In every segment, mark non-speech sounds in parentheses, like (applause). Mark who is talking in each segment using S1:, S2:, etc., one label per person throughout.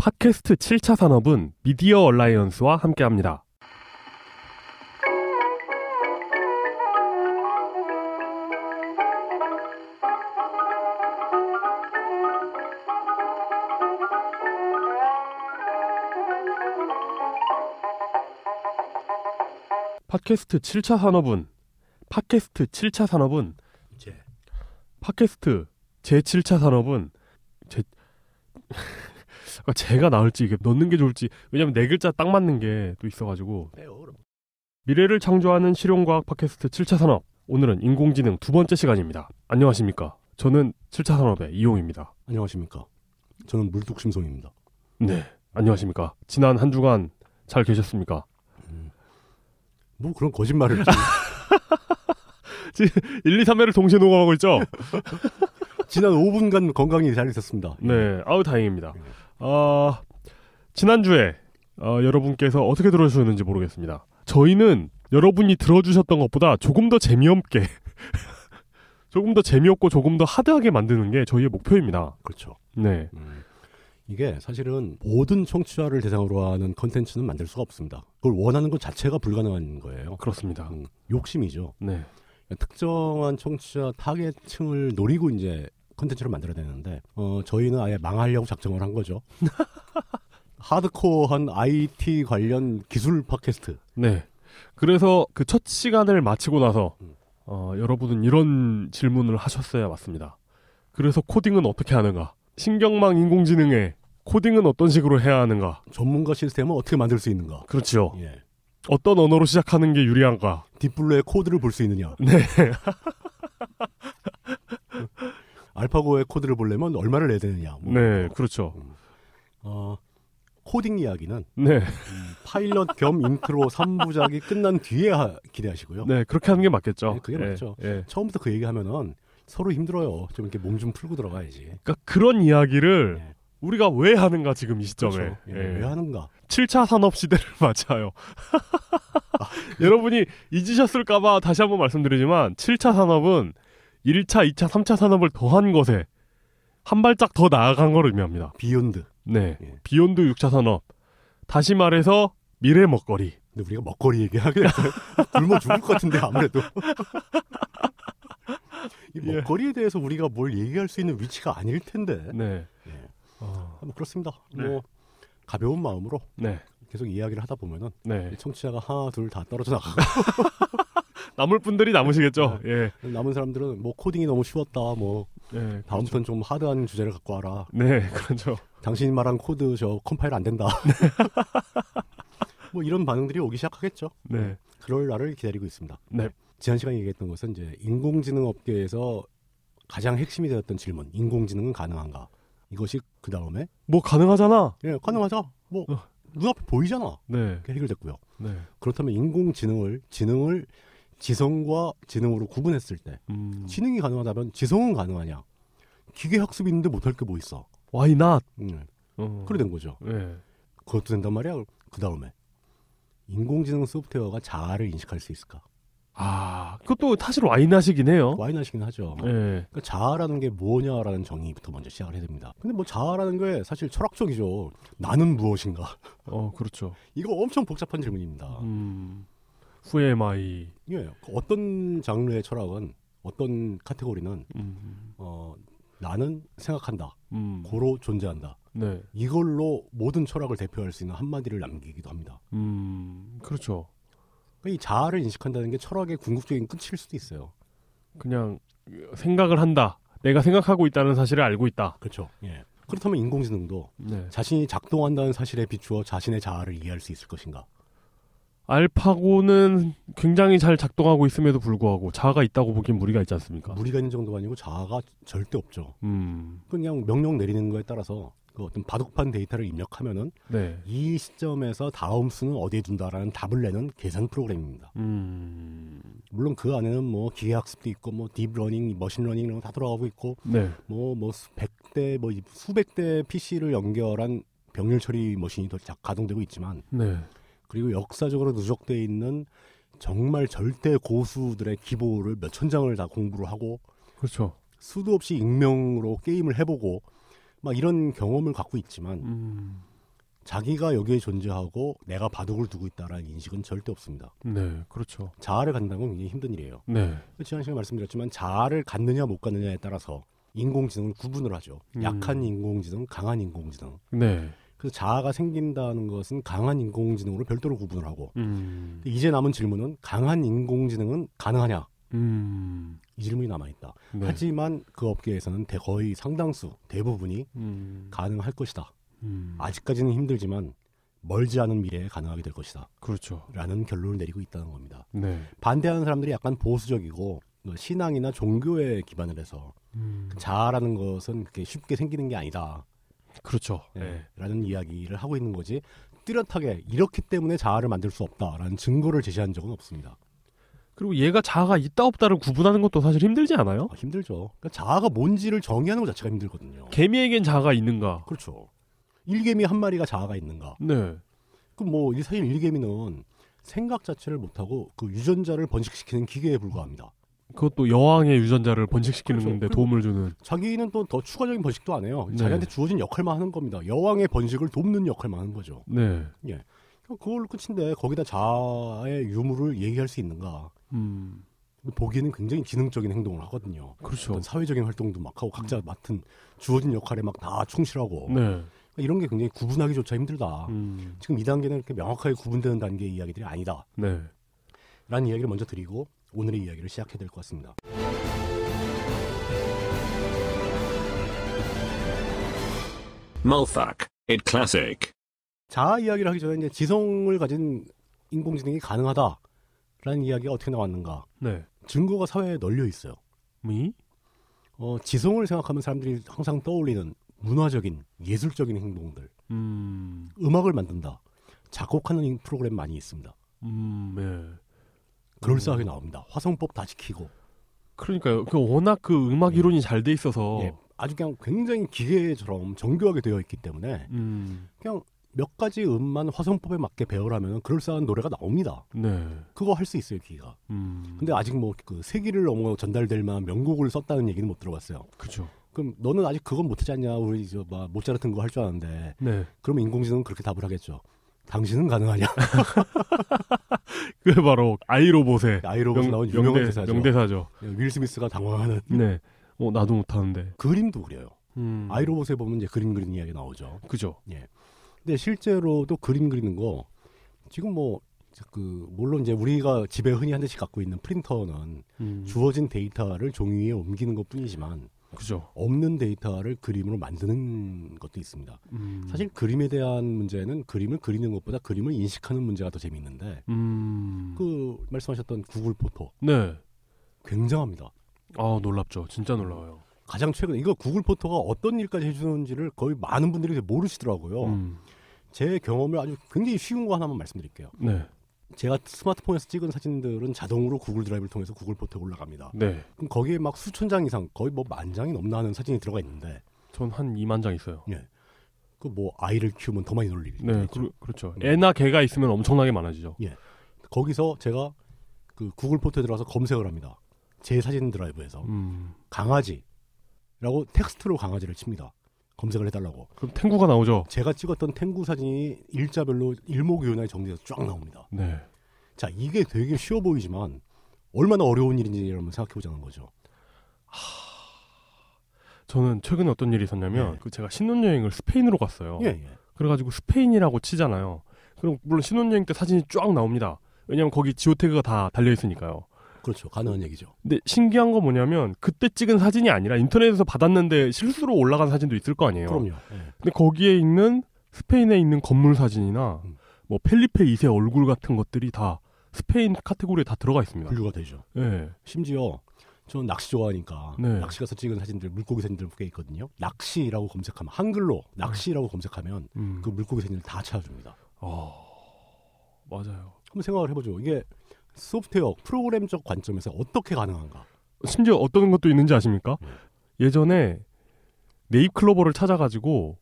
S1: 팟캐스트 7차 산업은 미디어 얼라이언스와 함께합니다. 팟캐스트 7차 산업은 팟캐스트 7차 산업은
S2: 제.
S1: 팟캐스트 제 7차 산업은 제 아까 그러니까 제가 나올지 이게 넣는 게 좋을지 왜냐면 네 글자 딱 맞는 게 또 있어가지고
S2: 빼요 그럼.
S1: 미래를 창조하는 실용과학 팟캐스트 7차 산업 오늘은 인공지능 두 번째 시간입니다. 안녕하십니까? 저는 7차 산업의 이용입니다.
S2: 안녕하십니까. 저는 물뚝심송입니다.
S1: 네, 안녕하십니까? 지난 한 주간 잘 계셨습니까?
S2: 뭐 그런 거짓말을 했지.
S1: 1, 2, 3회를 동시에 녹음하고 있죠?
S2: (laughs) 지난 5분간 건강히 잘 있었습니다.
S1: 네, 아우 다행입니다. 아 지난주에 어, 여러분께서 어떻게 들어주셨는지 모르겠습니다. 저희는 여러분이 들어주셨던 것보다 조금 더 재미없게, (laughs) 조금 더 재미없고 조금 더 하드하게 만드는 게 저희의 목표입니다.
S2: 그렇죠.
S1: 네,
S2: 음. 이게 사실은 모든 청취자를 대상으로 하는 컨텐츠는 만들 수가 없습니다. 그걸 원하는 것 자체가 불가능한 거예요.
S1: 그렇습니다.
S2: 음, 욕심이죠.
S1: 네,
S2: 특정한 청취자 타겟층을 노리고 이제 컨텐츠를 만들어야 되는데 어, 저희는 아예 망하려고 작정을 한 거죠. (laughs) 하드코어한 IT 관련 기술 팟캐스트.
S1: 네. 그래서 그 첫 시간을 마치고 나서
S2: 음.
S1: 어, 여러분은 이런 질문을 하셨어야 맞습니다. 그래서 코딩은 어떻게 하는가? 신경망 인공지능에 코딩은 어떤 식으로 해야 하는가?
S2: 전문가 시스템을 어떻게 만들 수 있는가?
S1: 그렇지요.
S2: 예.
S1: 어떤 언어로 시작하는 게 유리한가?
S2: 딥블루의 코드를 볼 수 있느냐.
S1: 네.
S2: 알파고의 코드를 보려면 얼마를 내야 되느냐. 뭐.
S1: 네, 그렇죠.
S2: 어, 코딩 이야기는
S1: 네,
S2: 파일럿 겸 인트로 3부작이 끝난 뒤에 하- 기대하시고요.
S1: 네 그렇게 하는 게 맞겠죠.
S2: 네, 그게
S1: 예,
S2: 맞죠.
S1: 예.
S2: 처음부터 그 얘기하면은 서로 힘들어요. 좀 이렇게 몸 좀 풀고 들어가야지.
S1: 그러니까 그런 이야기를
S2: 예.
S1: 우리가 왜 하는가 지금 이 시점에
S2: 그렇죠. 예,
S1: 네.
S2: 왜 하는가?
S1: 7차 산업 시대를 (laughs) 맞아요.
S2: 아,
S1: (laughs) 여러분이 잊으셨을까봐 다시 한번 말씀드리지만 7차 산업은 1차, 2차, 3차 산업을 더한 것에 한 발짝 더 나아간 걸 의미합니다.
S2: 비욘드.
S1: 네,
S2: 예.
S1: 비욘드 6차 산업. 다시 말해서 미래 먹거리.
S2: 근데 우리가 먹거리 얘기하게 됐어요. (laughs) 굶어 죽을 것
S1: (laughs)
S2: 같은데 아무래도. 이
S1: 예.
S2: 먹거리에 대해서 우리가 뭘 얘기할 수 있는 위치가 아닐 텐데.
S1: 네,
S2: 예.
S1: 어,
S2: 뭐 그렇습니다.
S1: 네.
S2: 뭐 가벼운 마음으로
S1: 네,
S2: 계속 이야기를 하다 보면은
S1: 네.
S2: 청취자가 하나 둘 다 떨어져 나가고 (laughs)
S1: 남을 분들이 남으시겠죠. 예,
S2: 남은 사람들은 뭐 코딩이 너무 쉬웠다 뭐
S1: 예.
S2: 다음부터는 좀 하드한 주제를 갖고 와라
S1: 네, (laughs) 그렇죠.
S2: 당신이 말한 코드 저 컴파일 안
S1: (laughs)
S2: 된다 뭐 이런 반응들이 오기 시작하겠죠
S1: 네,
S2: 그럴 날을 기다리고 있습니다
S1: 네.
S2: 지난 시간에 얘기했던 것은 이제 인공지능 업계에서 가장 핵심이 되었던 질문 인공지능은 가능한가 이것이 그 다음에
S1: 뭐 가능하잖아.
S2: 예 가능하죠 뭐
S1: 어.
S2: 눈앞에 보이잖아
S1: 네,
S2: 그게 해결됐고요
S1: 네.
S2: 그렇다면 인공지능을 지능을 지성과 지능으로 구분했을 때
S1: 음,
S2: 지능이 가능하다면 지성은 가능하냐? 기계 학습이 있는데 못할 게 뭐 있어?
S1: why not?
S2: 음,
S1: 어,
S2: 그래 된 거죠.
S1: 네,
S2: 그것도 된단 말이야. 그 다음에 인공지능 소프트웨어가 자아를 인식할 수 있을까?
S1: 아, 그것도 사실 why not이긴 해요.
S2: 와인하시긴 하죠.
S1: 어? 네,
S2: 그러니까 자아라는 게 뭐냐라는 정의부터 먼저 시작을 해야 됩니다. 근데 뭐 자아라는 게 사실 철학적이죠. 나는 무엇인가? (laughs)
S1: 어, 그렇죠.
S2: 이거 엄청 복잡한 질문입니다.
S1: 음, who am I?
S2: 예, 그 어떤 장르의 철학은 어떤 카테고리는
S1: 음,
S2: 어, 나는 생각한다.
S1: 음,
S2: 고로 존재한다.
S1: 네,
S2: 이걸로 모든 철학을 대표할 수 있는 한마디를 남기기도 합니다. 그러니까
S1: 음, 그렇죠.
S2: 이 자아를 인식한다는 게 철학의 궁극적인 끝일 수도 있어요.
S1: 그냥 생각을 한다. 내가 생각하고 있다는 사실을 알고 있다.
S2: 그렇죠. 그렇다면 인공지능도
S1: 네,
S2: 자신이 작동한다는 사실에 비추어 자신의 자아를 이해할 수 있을 것인가?
S1: 알파고는 굉장히 잘 작동하고 있음에도 불구하고 자아가 있다고 보기엔 무리가 있지 않습니까?
S2: 무리가 있는 정도가 아니고 자아가 절대 없죠.
S1: 음,
S2: 그냥 명령 내리는 거에 따라서 그 어떤 바둑판 데이터를 입력하면은
S1: 네,
S2: 이 시점에서 다음 수는 어디에 둔다라는 답을 내는 계산 프로그램입니다.
S1: 음,
S2: 물론 그 안에는 뭐 기계학습도 있고 뭐 딥러닝, 머신러닝 이런 거 다 들어가고 있고
S1: 네,
S2: 뭐 뭐 수백 대뭐 수백 대 PC를 연결한 병렬 처리 머신이 더 자- 가동되고 있지만
S1: 네.
S2: 그리고 역사적으로 누적돼 있는 정말 절대 고수들의 기보를 몇 천 장을 다 공부를 하고
S1: 그렇죠.
S2: 수도 없이 익명으로 게임을 해보고 막 이런 경험을 갖고 있지만
S1: 음,
S2: 자기가 여기에 존재하고 내가 바둑을 두고 있다라는 인식은 절대 없습니다.
S1: 네, 그렇죠.
S2: 자아를 갖는다는 건 굉장히 힘든 일이에요.
S1: 네,
S2: 지난 시간에 말씀드렸지만 자아를 갖느냐 못 갖느냐에 따라서 인공지능을 구분을 하죠.
S1: 음.
S2: 약한 인공지능, 강한 인공지능.
S1: 네,
S2: 그래서 자아가 생긴다는 것은 강한 인공지능으로 별도로 구분을 하고
S1: 음,
S2: 이제 남은 질문은 강한 인공지능은 가능하냐?
S1: 음,
S2: 이 질문이 남아있다.
S1: 네,
S2: 하지만 그 업계에서는 대- 거의 상당수, 대부분이
S1: 음,
S2: 가능할 것이다.
S1: 음,
S2: 아직까지는 힘들지만 멀지 않은 미래에 가능하게 될 것이다.
S1: 그렇죠.
S2: 라는 결론을 내리고 있다는 겁니다.
S1: 네,
S2: 반대하는 사람들이 약간 보수적이고 신앙이나 종교에 기반을 해서
S1: 음,
S2: 자아라는 것은 그렇게 쉽게 생기는 게 아니다.
S1: 그렇죠.
S2: 예,
S1: 네,
S2: 라는 이야기를 하고 있는 거지 뚜렷하게 이렇기 때문에 자아를 만들 수 없다라는 증거를 제시한 적은 없습니다.
S1: 그리고 얘가 자아가 있다 없다를 구분하는 것도 사실 힘들지 않아요?
S2: 아, 힘들죠. 그러니까 자아가 뭔지를 정의하는 것 자체가 힘들거든요.
S1: 개미에겐 자아가 있는가?
S2: 그렇죠. 일개미 한 마리가 자아가 있는가?
S1: 네,
S2: 그럼 뭐 이- 사실 일개미는 생각 자체를 못하고 그 유전자를 번식시키는 기계에 불과합니다.
S1: 그것도 여왕의 유전자를 번식시키는
S2: 그렇죠.
S1: 건데
S2: 그리고-
S1: 도움을 주는.
S2: 자기는 또 더 추가적인 번식도 안 해요.
S1: 네.
S2: 자기한테 주어진 역할만 하는 겁니다. 여왕의 번식을 돕는 역할만 하는 거죠.
S1: 네,
S2: 그럼 그걸로 끝인데 거기다 자아의 유무를 얘기할 수 있는가?
S1: 음,
S2: 보기에는 굉장히 기능적인 행동을 하거든요.
S1: 그렇죠.
S2: 어떤 사회적인 활동도 막 하고 각자 맡은 주어진 역할에 막 다 충실하고
S1: 음. 네,
S2: 그러니까 이런 게 굉장히 구분하기조차 힘들다.
S1: 음,
S2: 지금 이 단계는 이렇게 명확하게 구분되는 단계의 이야기들이 아니다.
S1: 네.
S2: 라는 이야기를 먼저 드리고 오늘의 이야기를 시작해야 될 것 같습니다.
S3: Mulfuck, it classic.
S2: 자아 이야기를 하기 전에 이제 지성을 가진 인공지능이 가능하다라는 이야기가 어떻게 나왔는가?
S1: 네.
S2: 증거가 사회에 널려 있어요.
S1: 미?
S2: 어, 지성을 생각하면 사람들이 항상 떠올리는 문화적인 예술적인 행동들,
S1: 음.
S2: 음악을 만든다, 작곡하는 프로그램 많이 있습니다.
S1: 음, 예. 음.
S2: 그럴싸하게 나옵니다. 화성법 다 지키고
S1: 그러니까요. 그 워낙 그 음악 이론이 잘 돼 있어서
S2: 예, 아주 그냥 굉장히 기계처럼 정교하게 되어 있기 때문에
S1: 음.
S2: 그냥 몇 가지 음만 화성법에 맞게 배열하면 그럴싸한 노래가 나옵니다.
S1: 네.
S2: 그거 할 수 있어요, 기계가.
S1: 음.
S2: 근데 아직 뭐 그 세기를 넘어 전달될 만한 명곡을 썼다는 얘기는 못 들어봤어요.
S1: 그죠.
S2: 그럼 너는 아직 그건 못하지 않냐? 우리 저막 모차르트인 거할 줄 아는데.
S1: 네.
S2: 그러면 인공지능은 그렇게 답을 하겠죠. 당신은 가능하냐? (laughs)
S1: 그게 바로 아이로봇의
S2: 네, 아이로봇에 나온 유명한 대사죠.
S1: 명대사죠.
S2: 윌 스미스가 당황하는
S1: 네. 어, 나도 못 하는데.
S2: 그림도 그려요.
S1: 음.
S2: 아이로봇에 보면 이제 그림 그리는 이야기 나오죠.
S1: 그죠.
S2: 근데 실제로도 그림 그리는 거 지금 뭐 그 물론 이제 우리가 집에 흔히 한 대씩 갖고 있는 프린터는
S1: 음.
S2: 주어진 데이터를 종이 위에 옮기는 것뿐이지만
S1: 그죠.
S2: 없는 데이터를 그림으로 만드는 것도 있습니다.
S1: 음.
S2: 사실 그림에 대한 문제는 그림을 그리는 것보다 그림을 인식하는 문제가 더 재미있는데
S1: 음.
S2: 그 말씀하셨던 구글 포토
S1: 네.
S2: 굉장합니다.
S1: 아, 놀랍죠. 진짜 놀라워요.
S2: 가장 최근 이거 구글 포토가 어떤 일까지 해주는지를 거의 많은 분들이 모르시더라고요.
S1: 음.
S2: 제 경험을 아주 굉장히 쉬운 거 하나만 말씀드릴게요.
S1: 네.
S2: 제가 스마트폰에서 찍은 사진들은 자동으로 구글 드라이브를 통해서 구글 포토에 올라갑니다.
S1: 네.
S2: 그럼 거기에 막 수천 장 이상 거의 뭐 만 장이 넘나 하는 사진이 들어가 있는데
S1: 전 한 2만 장 있어요.
S2: 그 뭐 아이를 키우면 더 많이 놀리겠죠 어.
S1: 네. 그, 그렇죠.
S2: 음.
S1: 애나 개가 있으면 엄청나게 많아지죠.
S2: 거기서 제가 그 구글 포토에 들어가서 검색을 합니다. 제 사진 드라이브에서
S1: 음.
S2: 강아지라고 텍스트로 강아지를 칩니다. 검색을 해달라고.
S1: 그럼 탱구가 나오죠.
S2: 제가 찍었던 탱구 사진이 일자별로 일목요연하게 정리돼서 쫙 나옵니다.
S1: 네.
S2: 자 이게 되게 쉬워 보이지만 얼마나 어려운 일인지 여러분 생각해 보자는 거죠.
S1: 저는 최근에 어떤 일이 있었냐면
S2: 네.
S1: 그 제가 신혼여행을 스페인으로 갔어요.
S2: 예, 예.
S1: 그래가지고 스페인이라고 치잖아요. 그럼 물론 신혼여행 때 사진이 쫙 나옵니다. 왜냐면 거기 지오태그가 다 달려 있으니까요.
S2: 그렇죠. 가능한 얘기죠.
S1: 근데 신기한 건 뭐냐면 그때 찍은 사진이 아니라 인터넷에서 받았는데 실수로 올라간 사진도 있을 거 아니에요.
S2: 그럼요. 예.
S1: 근데 거기에 있는 스페인에 있는 건물 사진이나
S2: 음.
S1: 뭐 펠리페 2세 얼굴 같은 것들이 다 스페인 카테고리에 다 들어가 있습니다.
S2: 분류가 되죠.
S1: 네.
S2: 심지어 저는 낚시 좋아하니까
S1: 네.
S2: 낚시 가서 찍은 사진들 물고기 사진들 꽤 있거든요. 낚시라고 검색하면 한글로 낚시라고 검색하면
S1: 음.
S2: 그 물고기 사진을 다 찾아줍니다.
S1: 어... 맞아요.
S2: 한번 생각을 해보죠. 이게 소프트웨어 프로그램적 관점에서 어떻게 가능한가?
S1: 심지어 어떤 것도 있는지 아십니까?
S2: 네.
S1: 예전에 네잎클로버를 찾아가지고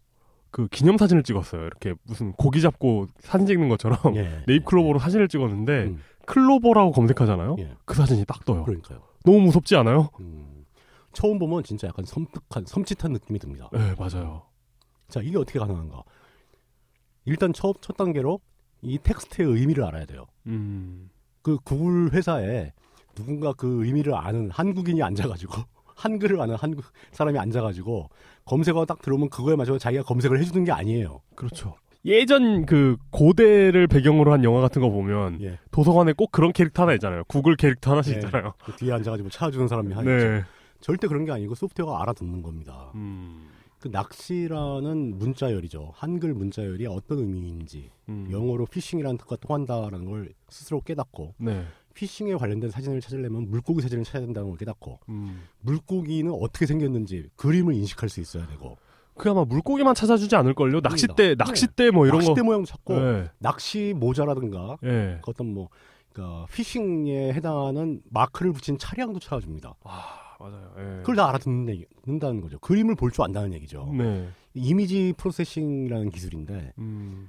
S1: 그 기념사진을 찍었어요. 이렇게 무슨 고기 잡고 사진 찍는 것처럼
S2: 예.
S1: (laughs) 네잎클로버로 사진을 찍었는데
S2: 음.
S1: 클로버라고 검색하잖아요.
S2: 예.
S1: 그 사진이 딱 떠요.
S2: 그러니까요.
S1: 너무 무섭지 않아요?
S2: 음, 처음 보면 진짜 약간
S1: 예,
S2: 섬뜩한 섬찟한 느낌이 듭니다.
S1: 네 맞아요.
S2: 자 이게 어떻게 가능한가? 일단 첫, 첫 단계로 이 텍스트의 의미를 알아야 돼요.
S1: 음.
S2: 그 구글 회사에 누군가 그 의미를 아는 한국인이 앉아가지고 (laughs) 한글을 아는 한국 사람이 앉아가지고 검색어 딱 들어오면 그거에 맞춰서 자기가 검색을 해주는 게 아니에요.
S1: 그렇죠. 예전 그 고대를 배경으로 한 영화 같은 거 보면
S2: 예.
S1: 도서관에 꼭 그런 캐릭터 하나 있잖아요. 구글 캐릭터 하나씩
S2: 네.
S1: 있잖아요.
S2: 그 뒤에 앉아가지고 찾아주는 사람이 하죠.
S1: 네.
S2: 절대 그런 게 아니고 소프트웨어가 알아듣는 겁니다.
S1: 음.
S2: 그 낚시라는 문자열이죠. 한글 문자열이 어떤 의미인지
S1: 음.
S2: 영어로 피싱이라는 뜻과 통한다라는 걸 스스로 깨닫고
S1: 네.
S2: 피싱에 관련된 사진을 찾으려면 물고기 사진을 찾아야 된다는 걸 깨닫고
S1: 음.
S2: 물고기는 어떻게 생겼는지 그림을 인식할 수 있어야 되고
S1: 그야마 물고기만 찾아주지 않을걸요. 낚싯대, 낚싯대 뭐 이런
S2: 네. 낚싯대
S1: 거.
S2: 모양도 찾고
S1: 예.
S2: 낚시 모자라든가
S1: 예.
S2: 그 어떤 뭐 그러니까 피싱에 해당하는 마크를 붙인 차량도 찾아줍니다.
S1: 아 맞아요. 예.
S2: 그걸 다 알아듣는 얘기, 는다는 거죠. 그림을 볼 줄 안다는 얘기죠.
S1: 네.
S2: 이미지 프로세싱이라는 기술인데
S1: 음.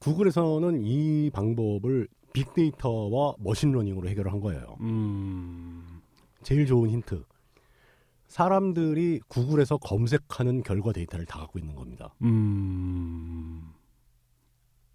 S2: 구글에서는 이 방법을 빅데이터와 머신러닝으로 해결을 한 거예요.
S1: 음.
S2: 제일 좋은 힌트. 사람들이 구글에서 검색하는 결과 데이터를 다 갖고 있는 겁니다.
S1: 음.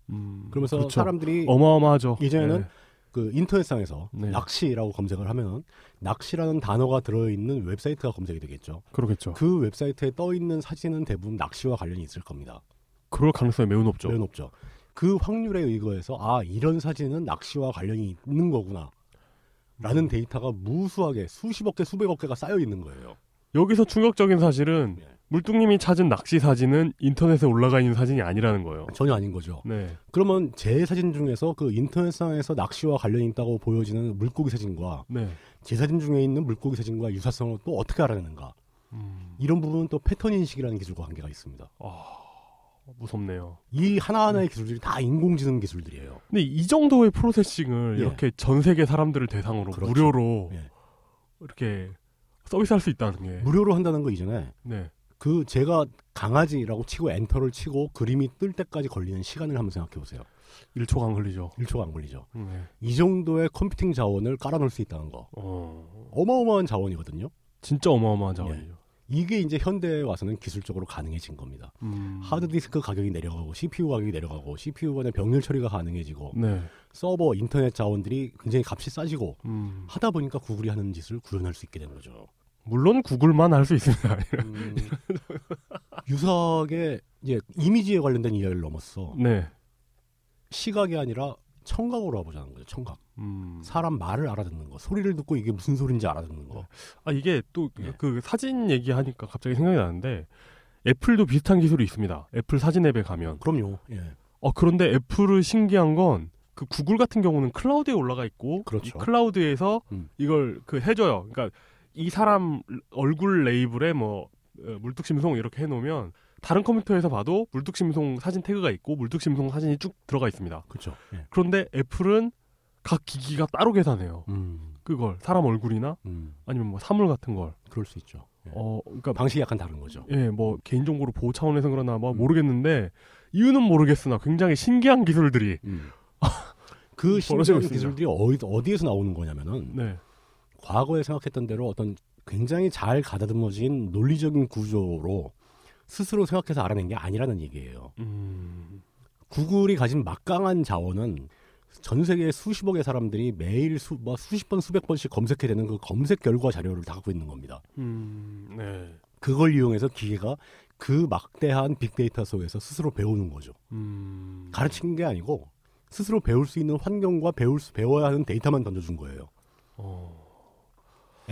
S1: 음.
S2: 그러면서
S1: 그렇죠.
S2: 사람들이
S1: 어마어마하죠.
S2: 이제는
S1: 예.
S2: 그 인터넷상에서
S1: 네.
S2: 낚시라고 검색을 하면 낚시라는 단어가 들어있는 웹사이트가 검색이 되겠죠.
S1: 그러겠죠.
S2: 그 웹사이트에 떠 있는 사진은 대부분 낚시와 관련이 있을 겁니다.
S1: 그럴 가능성이 매우 높죠.
S2: 매우 높죠. 그 확률에 의거해서 아 이런 사진은 낚시와 관련이 있는 거구나.
S1: 음.
S2: 라는 데이터가 무수하게 수십억 개 수백억 개가 쌓여 있는 거예요.
S1: 여기서 충격적인 사실은
S2: 예.
S1: 물뚱님이 찾은 낚시 사진은 인터넷에 올라가 있는 사진이 아니라는 거예요.
S2: 전혀 아닌 거죠.
S1: 네.
S2: 그러면 제 사진 중에서 그 인터넷상에서 낚시와 관련이 있다고 보여지는 물고기 사진과
S1: 네.
S2: 제 사진 중에 있는 물고기 사진과 유사성을 또 어떻게 알아내는가.
S1: 음.
S2: 이런 부분은 또 패턴 인식이라는 기술과 관계가 있습니다.
S1: 아, 무섭네요.
S2: 이 하나하나의 기술들이 다 인공지능 기술들이에요.
S1: 근데 이 정도의 프로세싱을
S2: 예.
S1: 이렇게 전 세계 사람들을 대상으로
S2: 그렇죠.
S1: 무료로
S2: 예.
S1: 이렇게 서비스할 수 있다는 게
S2: 무료로 한다는 거 이전에
S1: 네.
S2: 그 제가 강아지라고 치고 엔터를 치고 그림이 뜰 때까지 걸리는 시간을 한번 생각해 보세요.
S1: 1초가 안 걸리죠.
S2: 1초가 안 걸리죠.
S1: 네.
S2: 이 정도의 컴퓨팅 자원을 깔아놓을 수 있다는 거.
S1: 어.
S2: 어마어마한 자원이거든요.
S1: 진짜 어마어마한
S2: 예.
S1: 자원이죠.
S2: 이게 이제 현대에 와서는 기술적으로 가능해진 겁니다.
S1: 음.
S2: 하드디스크 가격이 내려가고 CPU 가격이 내려가고 CPU 간의 병렬 처리가 가능해지고
S1: 네.
S2: 서버 인터넷 자원들이 굉장히 값이 싸지고
S1: 음.
S2: 하다 보니까 구글이 하는 짓을 구현할 수 있게 된 거죠.
S1: 물론 구글만 할 수 있습니다. (laughs)
S2: 음, 유사하게 이제 이미지에 관련된 이야기를 넘었어.
S1: 네.
S2: 시각이 아니라 청각으로 와보자는 거죠. 청각.
S1: 음.
S2: 사람 말을 알아듣는 거, 소리를 듣고 이게 무슨 소리인지 알아듣는 거.
S1: 아 이게 또 그
S2: 예.
S1: 사진 얘기하니까 갑자기 생각이 나는데 애플도 비슷한 기술이 있습니다. 애플 사진 앱에 가면.
S2: 그럼요. 예.
S1: 어 그런데 애플은 신기한 건 그 구글 같은 경우는 클라우드에 올라가 있고
S2: 그렇죠.
S1: 이 클라우드에서
S2: 음.
S1: 이걸 그 해줘요. 그러니까 이 사람 얼굴 레이블에 뭐 어, 물뚝심송 이렇게 해놓으면 다른 컴퓨터에서 봐도 물뚝심송 사진 태그가 있고 물뚝심송 사진이 쭉 들어가 있습니다.
S2: 그렇죠. 예.
S1: 그런데 애플은 각 기기가 따로 계산해요.
S2: 음,
S1: 그걸 사람 얼굴이나
S2: 음,
S1: 아니면 뭐 사물 같은 걸.
S2: 그럴 수 있죠. 예.
S1: 어 그러니까
S2: 방식이 약간 다른 거죠.
S1: 예, 뭐 개인정보를 보호 차원에서 그러나 뭐
S2: 음.
S1: 모르겠는데 이유는 모르겠으나 굉장히 신기한 기술들이
S2: 음. (laughs) 그
S1: 벌어지고
S2: 신기한
S1: 있습니다.
S2: 기술들이 어디, 어디에서 나오는 거냐면은
S1: 네,
S2: 과거에 생각했던 대로 어떤 굉장히 잘 가다듬어진 논리적인 구조로 스스로 생각해서 알아낸 게 아니라는 얘기예요.
S1: 음,
S2: 구글이 가진 막강한 자원은 전 세계 수십억의 사람들이 매일 수, 뭐 수십 번, 수백 번씩 검색해내는 그 검색 결과 자료를 다 갖고 있는 겁니다.
S1: 음, 네,
S2: 그걸 이용해서 기계가 그 막대한 빅데이터 속에서 스스로 배우는 거죠.
S1: 음,
S2: 가르친 게 아니고 스스로 배울 수 있는 환경과 배울 수, 배워야 하는 데이터만 던져준 거예요.
S1: 어,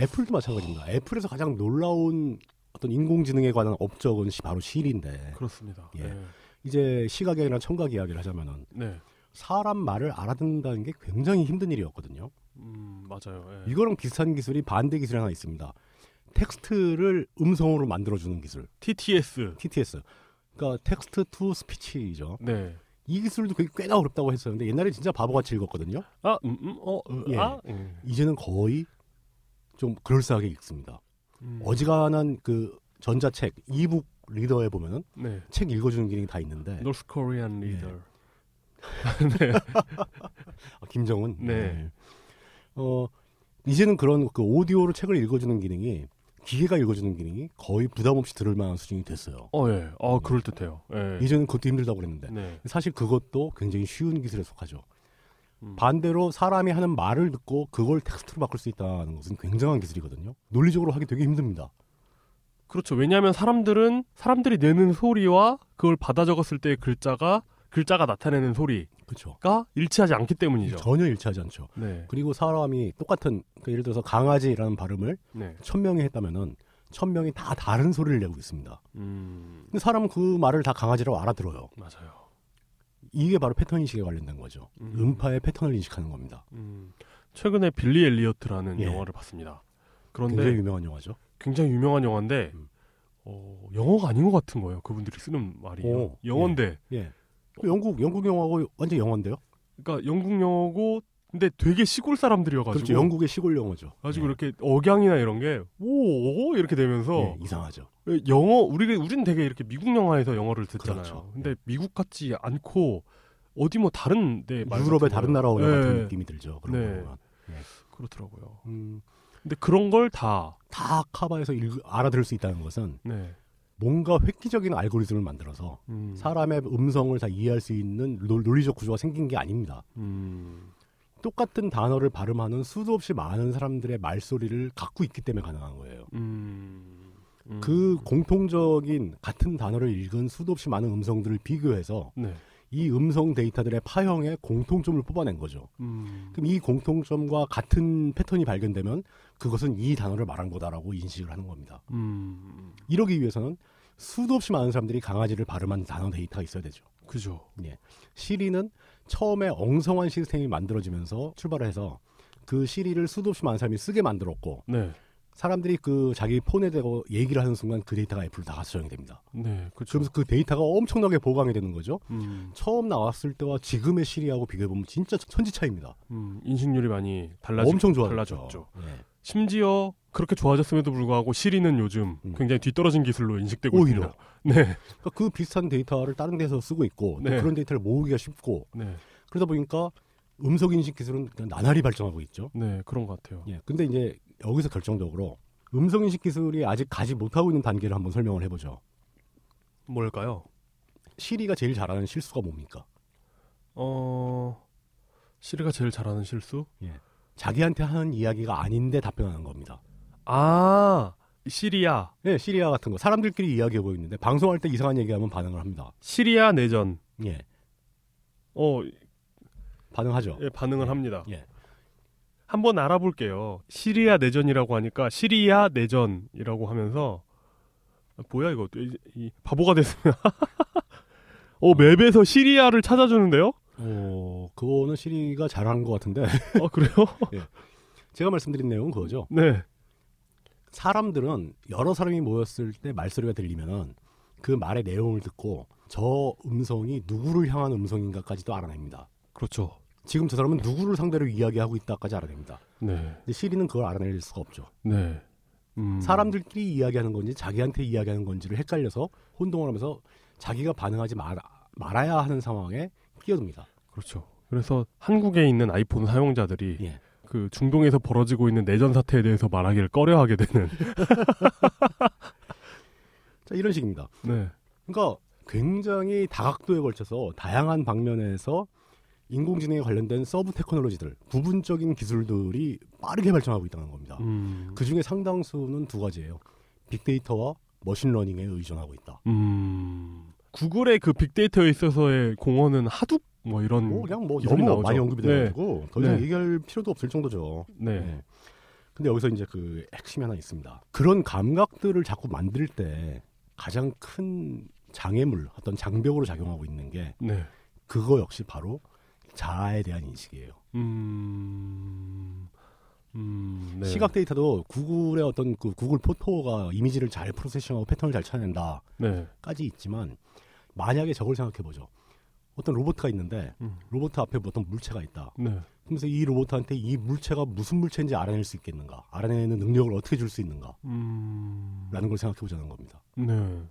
S2: 애플도 마찬가지입니다. 애플에서 가장 놀라운 어떤 인공지능에 관한 업적은 시- 바로 실인데
S1: 그렇습니다.
S2: 예.
S1: 네,
S2: 이제 시각이나 청각 이야기를 하자면은
S1: 네,
S2: 사람 말을 알아듣는다는 게 굉장히 힘든 일이었거든요.
S1: 음, 맞아요. 예.
S2: 이거랑 비슷한 기술이 반대 기술이 하나 있습니다. 텍스트를 음성으로 만들어주는 기술,
S1: TTS,
S2: TTS. 그러니까 텍스트 투 스피치죠.
S1: 네,
S2: 이 기술도 그게 꽤나 어렵다고 했었는데 옛날에 진짜 바보같이 읽었거든요.
S1: 아, 음, 음, 어, 으,
S2: 예.
S1: 아, 예.
S2: 이제는 거의 좀 그럴싸하게 읽습니다.
S1: 음,
S2: 어지간한 그 전자책 이북 리더에 보면은
S1: 네,
S2: 책 읽어주는 기능이 다 있는데
S1: North Korean
S2: 예.
S1: leader. (laughs)
S2: 아, 김정은
S1: 네.
S2: 어 이제는 그런 그 오디오로 책을 읽어주는 기능이 기계가 읽어주는 기능이 거의 부담 없이 들을 만한 수준이 됐어요.
S1: 어, 예. 아, 그럴 듯해요. 예.
S2: 이전엔 그것도 힘들다고 그랬는데
S1: 네.
S2: 사실 그것도 굉장히 쉬운 기술에 속하죠.
S1: 음.
S2: 반대로 사람이 하는 말을 듣고 그걸 텍스트로 바꿀 수 있다는 것은 굉장한 기술이거든요. 논리적으로 하기 되게 힘듭니다.
S1: 그렇죠. 왜냐하면 사람들은 사람들이 내는 소리와 그걸 받아 적었을 때의 글자가 글자가 나타내는 소리가
S2: 그렇죠.
S1: 일치하지 않기 때문이죠.
S2: 전혀 일치하지 않죠.
S1: 네.
S2: 그리고 사람이 똑같은 그러니까 예를 들어서 강아지라는 발음을
S1: 네.
S2: 천 명이 했다면은 천 명이 다 다른 소리를 내고 있습니다.
S1: 음.
S2: 근데 사람은 그 말을 다 강아지라고 알아들어요.
S1: 맞아요.
S2: 이게 바로 패턴 인식에 관련된 거죠.
S1: 음.
S2: 음파의 패턴을 인식하는 겁니다.
S1: 음. 최근에 빌리 엘리어트라는
S2: 예.
S1: 영화를 봤습니다. 그런데
S2: 굉장히
S1: 굉장히,
S2: 유명한 영화죠.
S1: 유명한 영화인데
S2: 음.
S1: 어, 영어가 아닌 것 같은 거예요. 그분들이 쓰는 말이
S2: 오,
S1: 영어인데
S2: 예. 그 영국 영국 영화하고 완전 영화인데요.
S1: 그러니까 영국 영어고 근데 되게 시골 사람들이어가지고
S2: 그렇죠. 영국의 시골 영화죠.
S1: 가지고
S2: 예.
S1: 이렇게 억양이나 이런 게오 어? 이렇게 되면서
S2: 예, 이상하죠.
S1: 영어 우리가 우리는 되게 이렇게 미국 영화에서 영어를 듣잖아요.
S2: 그렇죠.
S1: 근데 미국 같지 않고 어디 뭐 다른 데
S2: 유럽의 다른 나라 언어 같은
S1: 네.
S2: 느낌이 들죠. 그런
S1: 네.
S2: 거 보면.
S1: 그렇더라고요.
S2: 음,
S1: 근데 그런 걸 다
S2: 다 커버해서 읽- 알아들을 수 있다는 것은
S1: 네.
S2: 뭔가 획기적인 알고리즘을 만들어서
S1: 음.
S2: 사람의 음성을 다 이해할 수 있는 논- 논리적 구조가 생긴 게 아닙니다.
S1: 음.
S2: 똑같은 단어를 발음하는 수도 없이 많은 사람들의 말소리를 갖고 있기 때문에 가능한 거예요.
S1: 음. 음.
S2: 그 공통적인 같은 단어를 읽은 수도 없이 많은 음성들을 비교해서
S1: 네.
S2: 이 음성 데이터들의 파형의 공통점을 뽑아낸 거죠.
S1: 음.
S2: 그럼 이 공통점과 같은 패턴이 발견되면 그것은 이 단어를 말한 거다라고 인식을 하는 겁니다.
S1: 음.
S2: 이러기 위해서는 수도 없이 많은 사람들이 강아지를 발음한 단어 데이터가 있어야 되죠. 예.
S1: 그죠.
S2: 시리는 처음에 엉성한 시스템이 만들어지면서 출발해서 그 시리를 수도 없이 많은 사람이 쓰게 만들었고
S1: 네.
S2: 사람들이 그 자기 폰에 대고 얘기를 하는 순간 그 데이터가 애플로 다 수정이 됩니다.
S1: 네. 그죠.
S2: 그러면서 그 데이터가 엄청나게 보강이 되는 거죠.
S1: 음.
S2: 처음 나왔을 때와 지금의 시리하고 비교해보면 진짜 천지 차이입니다.
S1: 음. 인식률이 많이 달라지
S2: 엄청 좋아졌죠.
S1: 달라졌죠.
S2: 예.
S1: 심지어 그렇게 좋아졌음에도 불구하고 시리는 요즘
S2: 음.
S1: 굉장히 뒤떨어진 기술로 인식되고
S2: 오히려.
S1: 있습니다. 네.
S2: 그러니까 그 비슷한 데이터를 다른 데서 쓰고 있고 또
S1: 네.
S2: 그런 데이터를 모으기가 쉽고
S1: 네.
S2: 그러다 보니까 음성 인식 기술은 그냥 나날이 발전하고 있죠.
S1: 네. 그런 것 같아요.
S2: 예. 근데 이제 여기서 결정적으로 음성 인식 기술이 아직 가지 못하고 있는 단계를 한번 설명을 해보죠.
S1: 뭘까요?
S2: 시리가 제일 잘하는 실수가 뭡니까?
S1: 어 시리가 제일 잘하는 실수?
S2: 자기한테 하는 이야기가 아닌데 답변하는 겁니다.
S1: 아 시리아
S2: 예, 시리아 같은 거 사람들끼리 이야기하고 있는데 방송할 때 이상한 얘기하면 반응을 합니다.
S1: 시리아 내전
S2: 예,
S1: 어
S2: 반응하죠.
S1: 예, 반응을 합니다.
S2: 예.
S1: 한번 알아볼게요. 시리아 내전이라고 하니까 시리아 내전이라고 하면서 아, 뭐야 이거 이, 이 바보가 됐으면 (laughs) 어 맵에서 시리아를 찾아주는데요?
S2: 어, 그거는 시리가 잘하는 것 같은데 (laughs)
S1: 아 그래요? (laughs)
S2: 제가 말씀드린 내용은 그거죠.
S1: 네.
S2: 사람들은 여러 사람이 모였을 때 말소리가 들리면은 그 말의 내용을 듣고 저 음성이 누구를 향한 음성인가까지도 알아냅니다.
S1: 그렇죠.
S2: 지금 저 사람은 누구를 상대로 이야기하고 있다까지 알아냅니다.
S1: 네.
S2: 근데 시리는 그걸 알아낼 수가 없죠.
S1: 네. 음.
S2: 사람들끼리 이야기하는 건지 자기한테 이야기하는 건지를 헷갈려서 혼동을 하면서 자기가 반응하지 말, 말아야 하는 상황에 끼어듭니다.
S1: 그렇죠. 그래서 한국에 있는 아이폰 사용자들이
S2: 예.
S1: 그 중동에서 벌어지고 있는 내전 사태에 대해서 말하기를 꺼려하게
S2: (laughs)
S1: 되는.
S2: 자, 이런 식입니다.
S1: 네.
S2: 그러니까 굉장히 다각도에 걸쳐서 다양한 방면에서 인공지능에 관련된 서브 테크놀로지들, 부분적인 기술들이 빠르게 발전하고 있다는 겁니다.
S1: 음.
S2: 그 중에 상당수는 두 가지예요. 빅데이터와 머신러닝에 의존하고 있다.
S1: 음. 구글의 그 빅데이터에 있어서의 공헌은 하둡 뭐 이런.
S2: 뭐 그냥 뭐
S1: 기술이
S2: 너무
S1: 나오죠.
S2: 많이 언급이 돼가지고 더 이상
S1: 네.
S2: 얘기할 필요도 없을 정도죠.
S1: 네.
S2: 네. 근데 여기서 이제 그 핵심이 하나 있습니다. 그런 감각들을 자꾸 만들 때 가장 큰 장애물, 어떤 장벽으로 작용하고 있는 게
S1: 네.
S2: 그거 역시 바로 자아에 대한 인식이에요.
S1: 음. 음. 네.
S2: 시각 데이터도 구글의 어떤 그 구글 포토가 이미지를 잘 프로세싱하고 패턴을 잘 찾아낸다까지
S1: 네.
S2: 있지만 만약에 저걸 생각해 보죠. 어떤 로봇가 있는데
S1: 음.
S2: 로봇 앞에 어떤 물체가 있다.
S1: 네.
S2: 그러면서 이 로봇한테 이 물체가 무슨 물체인지 알아낼 수 있겠는가, 알아내는 능력을 어떻게 줄 수 있는가라는
S1: 음.
S2: 걸 생각해 보자는 겁니다.
S1: 네.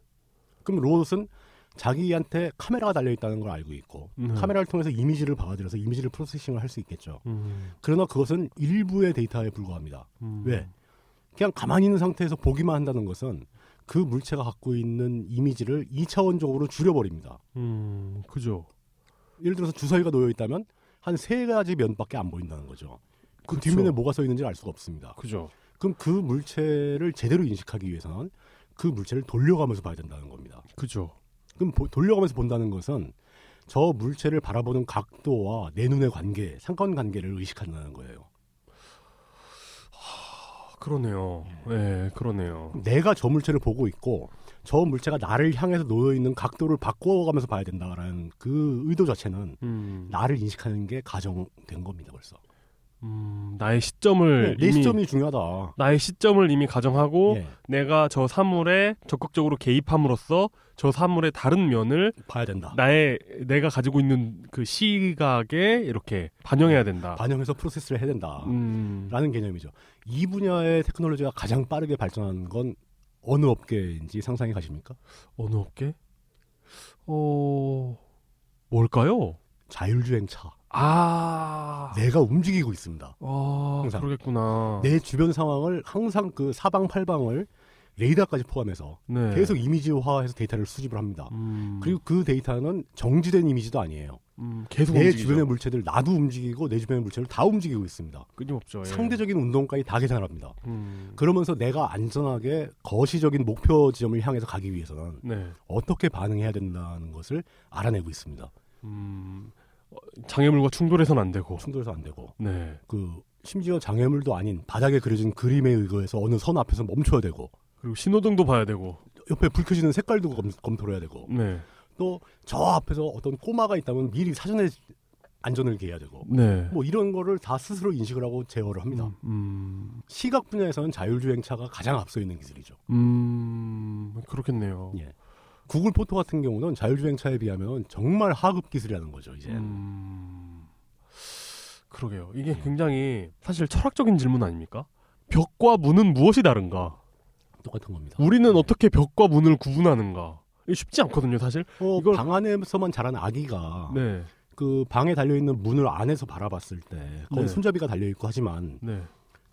S2: 그럼 로봇은 자기한테 카메라가 달려 있다는 걸 알고 있고
S1: 네.
S2: 카메라를 통해서 이미지를 받아들여서 이미지를 프로세싱을 할 수 있겠죠.
S1: 음.
S2: 그러나 그것은 일부의 데이터에 불과합니다.
S1: 음.
S2: 왜? 그냥 가만히 있는 상태에서 보기만 한다는 것은 그 물체가 갖고 있는 이미지를 2차원적으로 줄여버립니다.
S1: 음, 그죠.
S2: 예를 들어서 주사위가 놓여 있다면 한 세 가지 면밖에 안 보인다는 거죠. 그
S1: 그쵸.
S2: 뒷면에 뭐가 써 있는지 알 수가 없습니다.
S1: 그죠.
S2: 그럼 그 물체를 제대로 인식하기 위해서는 그 물체를 돌려가면서 봐야 된다는 겁니다.
S1: 그죠.
S2: 그럼 보- 돌려가면서 본다는 것은 저 물체를 바라보는 각도와 내 눈의 관계, 상관 관계를 의식한다는 거예요.
S1: 아, 그러네요. 예, 그러네요.
S2: 내가 저 물체를 보고 있고 저 물체가 나를 향해서 놓여 있는 각도를 바꿔가면서 봐야 된다라는 그 의도 자체는
S1: 음,
S2: 나를 인식하는 게 가정된 겁니다 벌써.
S1: 음, 나의 시점을
S2: 네, 내
S1: 이미 어?
S2: 시점이 중요하다.
S1: 나의 시점을 이미 가정하고
S2: 예,
S1: 내가 저 사물에 적극적으로 개입함으로써 저 사물의 다른 면을
S2: 봐야 된다.
S1: 나의 내가 가지고 있는 그 시각에 이렇게 반영해야 된다.
S2: 반영해서 프로세스를 해야 된다.
S1: 음,
S2: 라는 개념이죠. 이 분야의 테크놀로지가 가장 빠르게 발전한 건 어느 업계인지 상상이 가십니까?
S1: 어느 업계? 어, 뭘까요?
S2: 자율주행차.
S1: 아,
S2: 내가 움직이고 있습니다.
S1: 아,
S2: 항상. 네.
S1: 그러겠구나.
S2: 내 주변 상황을 항상 그 사방팔방을 레이더까지 포함해서
S1: 네.
S2: 계속 이미지화해서 데이터를 수집을 합니다.
S1: 음,
S2: 그리고 그 데이터는 정지된 이미지도 아니에요.
S1: 음, 계속
S2: 내
S1: 움직이죠.
S2: 주변의 물체들 나도 움직이고 내 주변의 물체를 다 움직이고 있습니다.
S1: 끊임없죠. 예.
S2: 상대적인 운동까지 다 계산을 합니다.
S1: 음,
S2: 그러면서 내가 안전하게 거시적인 목표 지점을 향해서 가기 위해서는
S1: 네.
S2: 어떻게 반응해야 된다는 것을 알아내고 있습니다.
S1: 음, 어, 장애물과 충돌해서는 안 되고.
S2: 충돌해서 안 되고
S1: 네.
S2: 그 심지어 장애물도 아닌 바닥에 그려진 그림에 의거해서 어느 선 앞에서 멈춰야 되고
S1: 그리고 신호등도 봐야 되고.
S2: 옆에 불 켜지는 색깔도 검, 검토를 해야 되고
S1: 네.
S2: 또 저 앞에서 어떤 꼬마가 있다면 미리 사전에 안전을 기해야 되고
S1: 네.
S2: 뭐 이런 거를 다 스스로 인식을 하고 제어를 합니다.
S1: 음,
S2: 시각 분야에서는 자율주행차가 가장 앞서 있는 기술이죠.
S1: 음, 그렇겠네요.
S2: 예. 구글 포토 같은 경우는 자율주행차에 비하면 정말 하급 기술이라는 거죠. 이제
S1: 음, 그러게요. 이게
S2: 예.
S1: 굉장히 사실 철학적인 질문 아닙니까? 벽과 문은 무엇이 다른가?
S2: 똑같은 겁니다.
S1: 우리는
S2: 네.
S1: 어떻게 벽과 문을 구분하는가? 이게 쉽지 않거든요, 사실.
S2: 어,
S1: 이걸-
S2: 방 안에서만 자란 아기가
S1: 네,
S2: 그 방에 달려 있는 문을 안에서 바라봤을 때 거기
S1: 네.
S2: 손잡이가 달려 있고 하지만
S1: 네.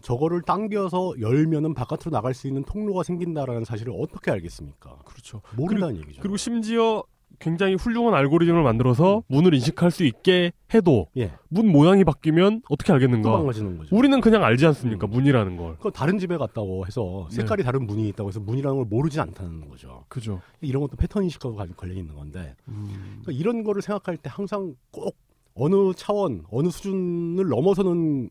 S2: 저거를 당겨서 열면은 바깥으로 나갈 수 있는 통로가 생긴다라는 사실을 어떻게 알겠습니까?
S1: 그렇죠.
S2: 모른다는 얘기죠.
S1: 그리고 심지어 굉장히 훌륭한 알고리즘을 만들어서 문을 인식할 수 있게 해도
S2: 예,
S1: 문 모양이 바뀌면 어떻게
S2: 또
S1: 알겠는가?
S2: 망가지는 거죠.
S1: 뭐- 우리는 그냥 알지 않습니까? 문이라는 걸.
S2: 그 다른 집에 갔다고 해서 색깔이
S1: 네.
S2: 다른 문이 있다고 해서 문이라는 걸 모르지 않다는 거죠.
S1: 그죠. 음,
S2: 이런 것도 패턴 인식하고 관- 관련이 있는 건데 그러니까 이런 거를 생각할 때 항상 꼭 어느 차원, 어느 수준을 넘어서는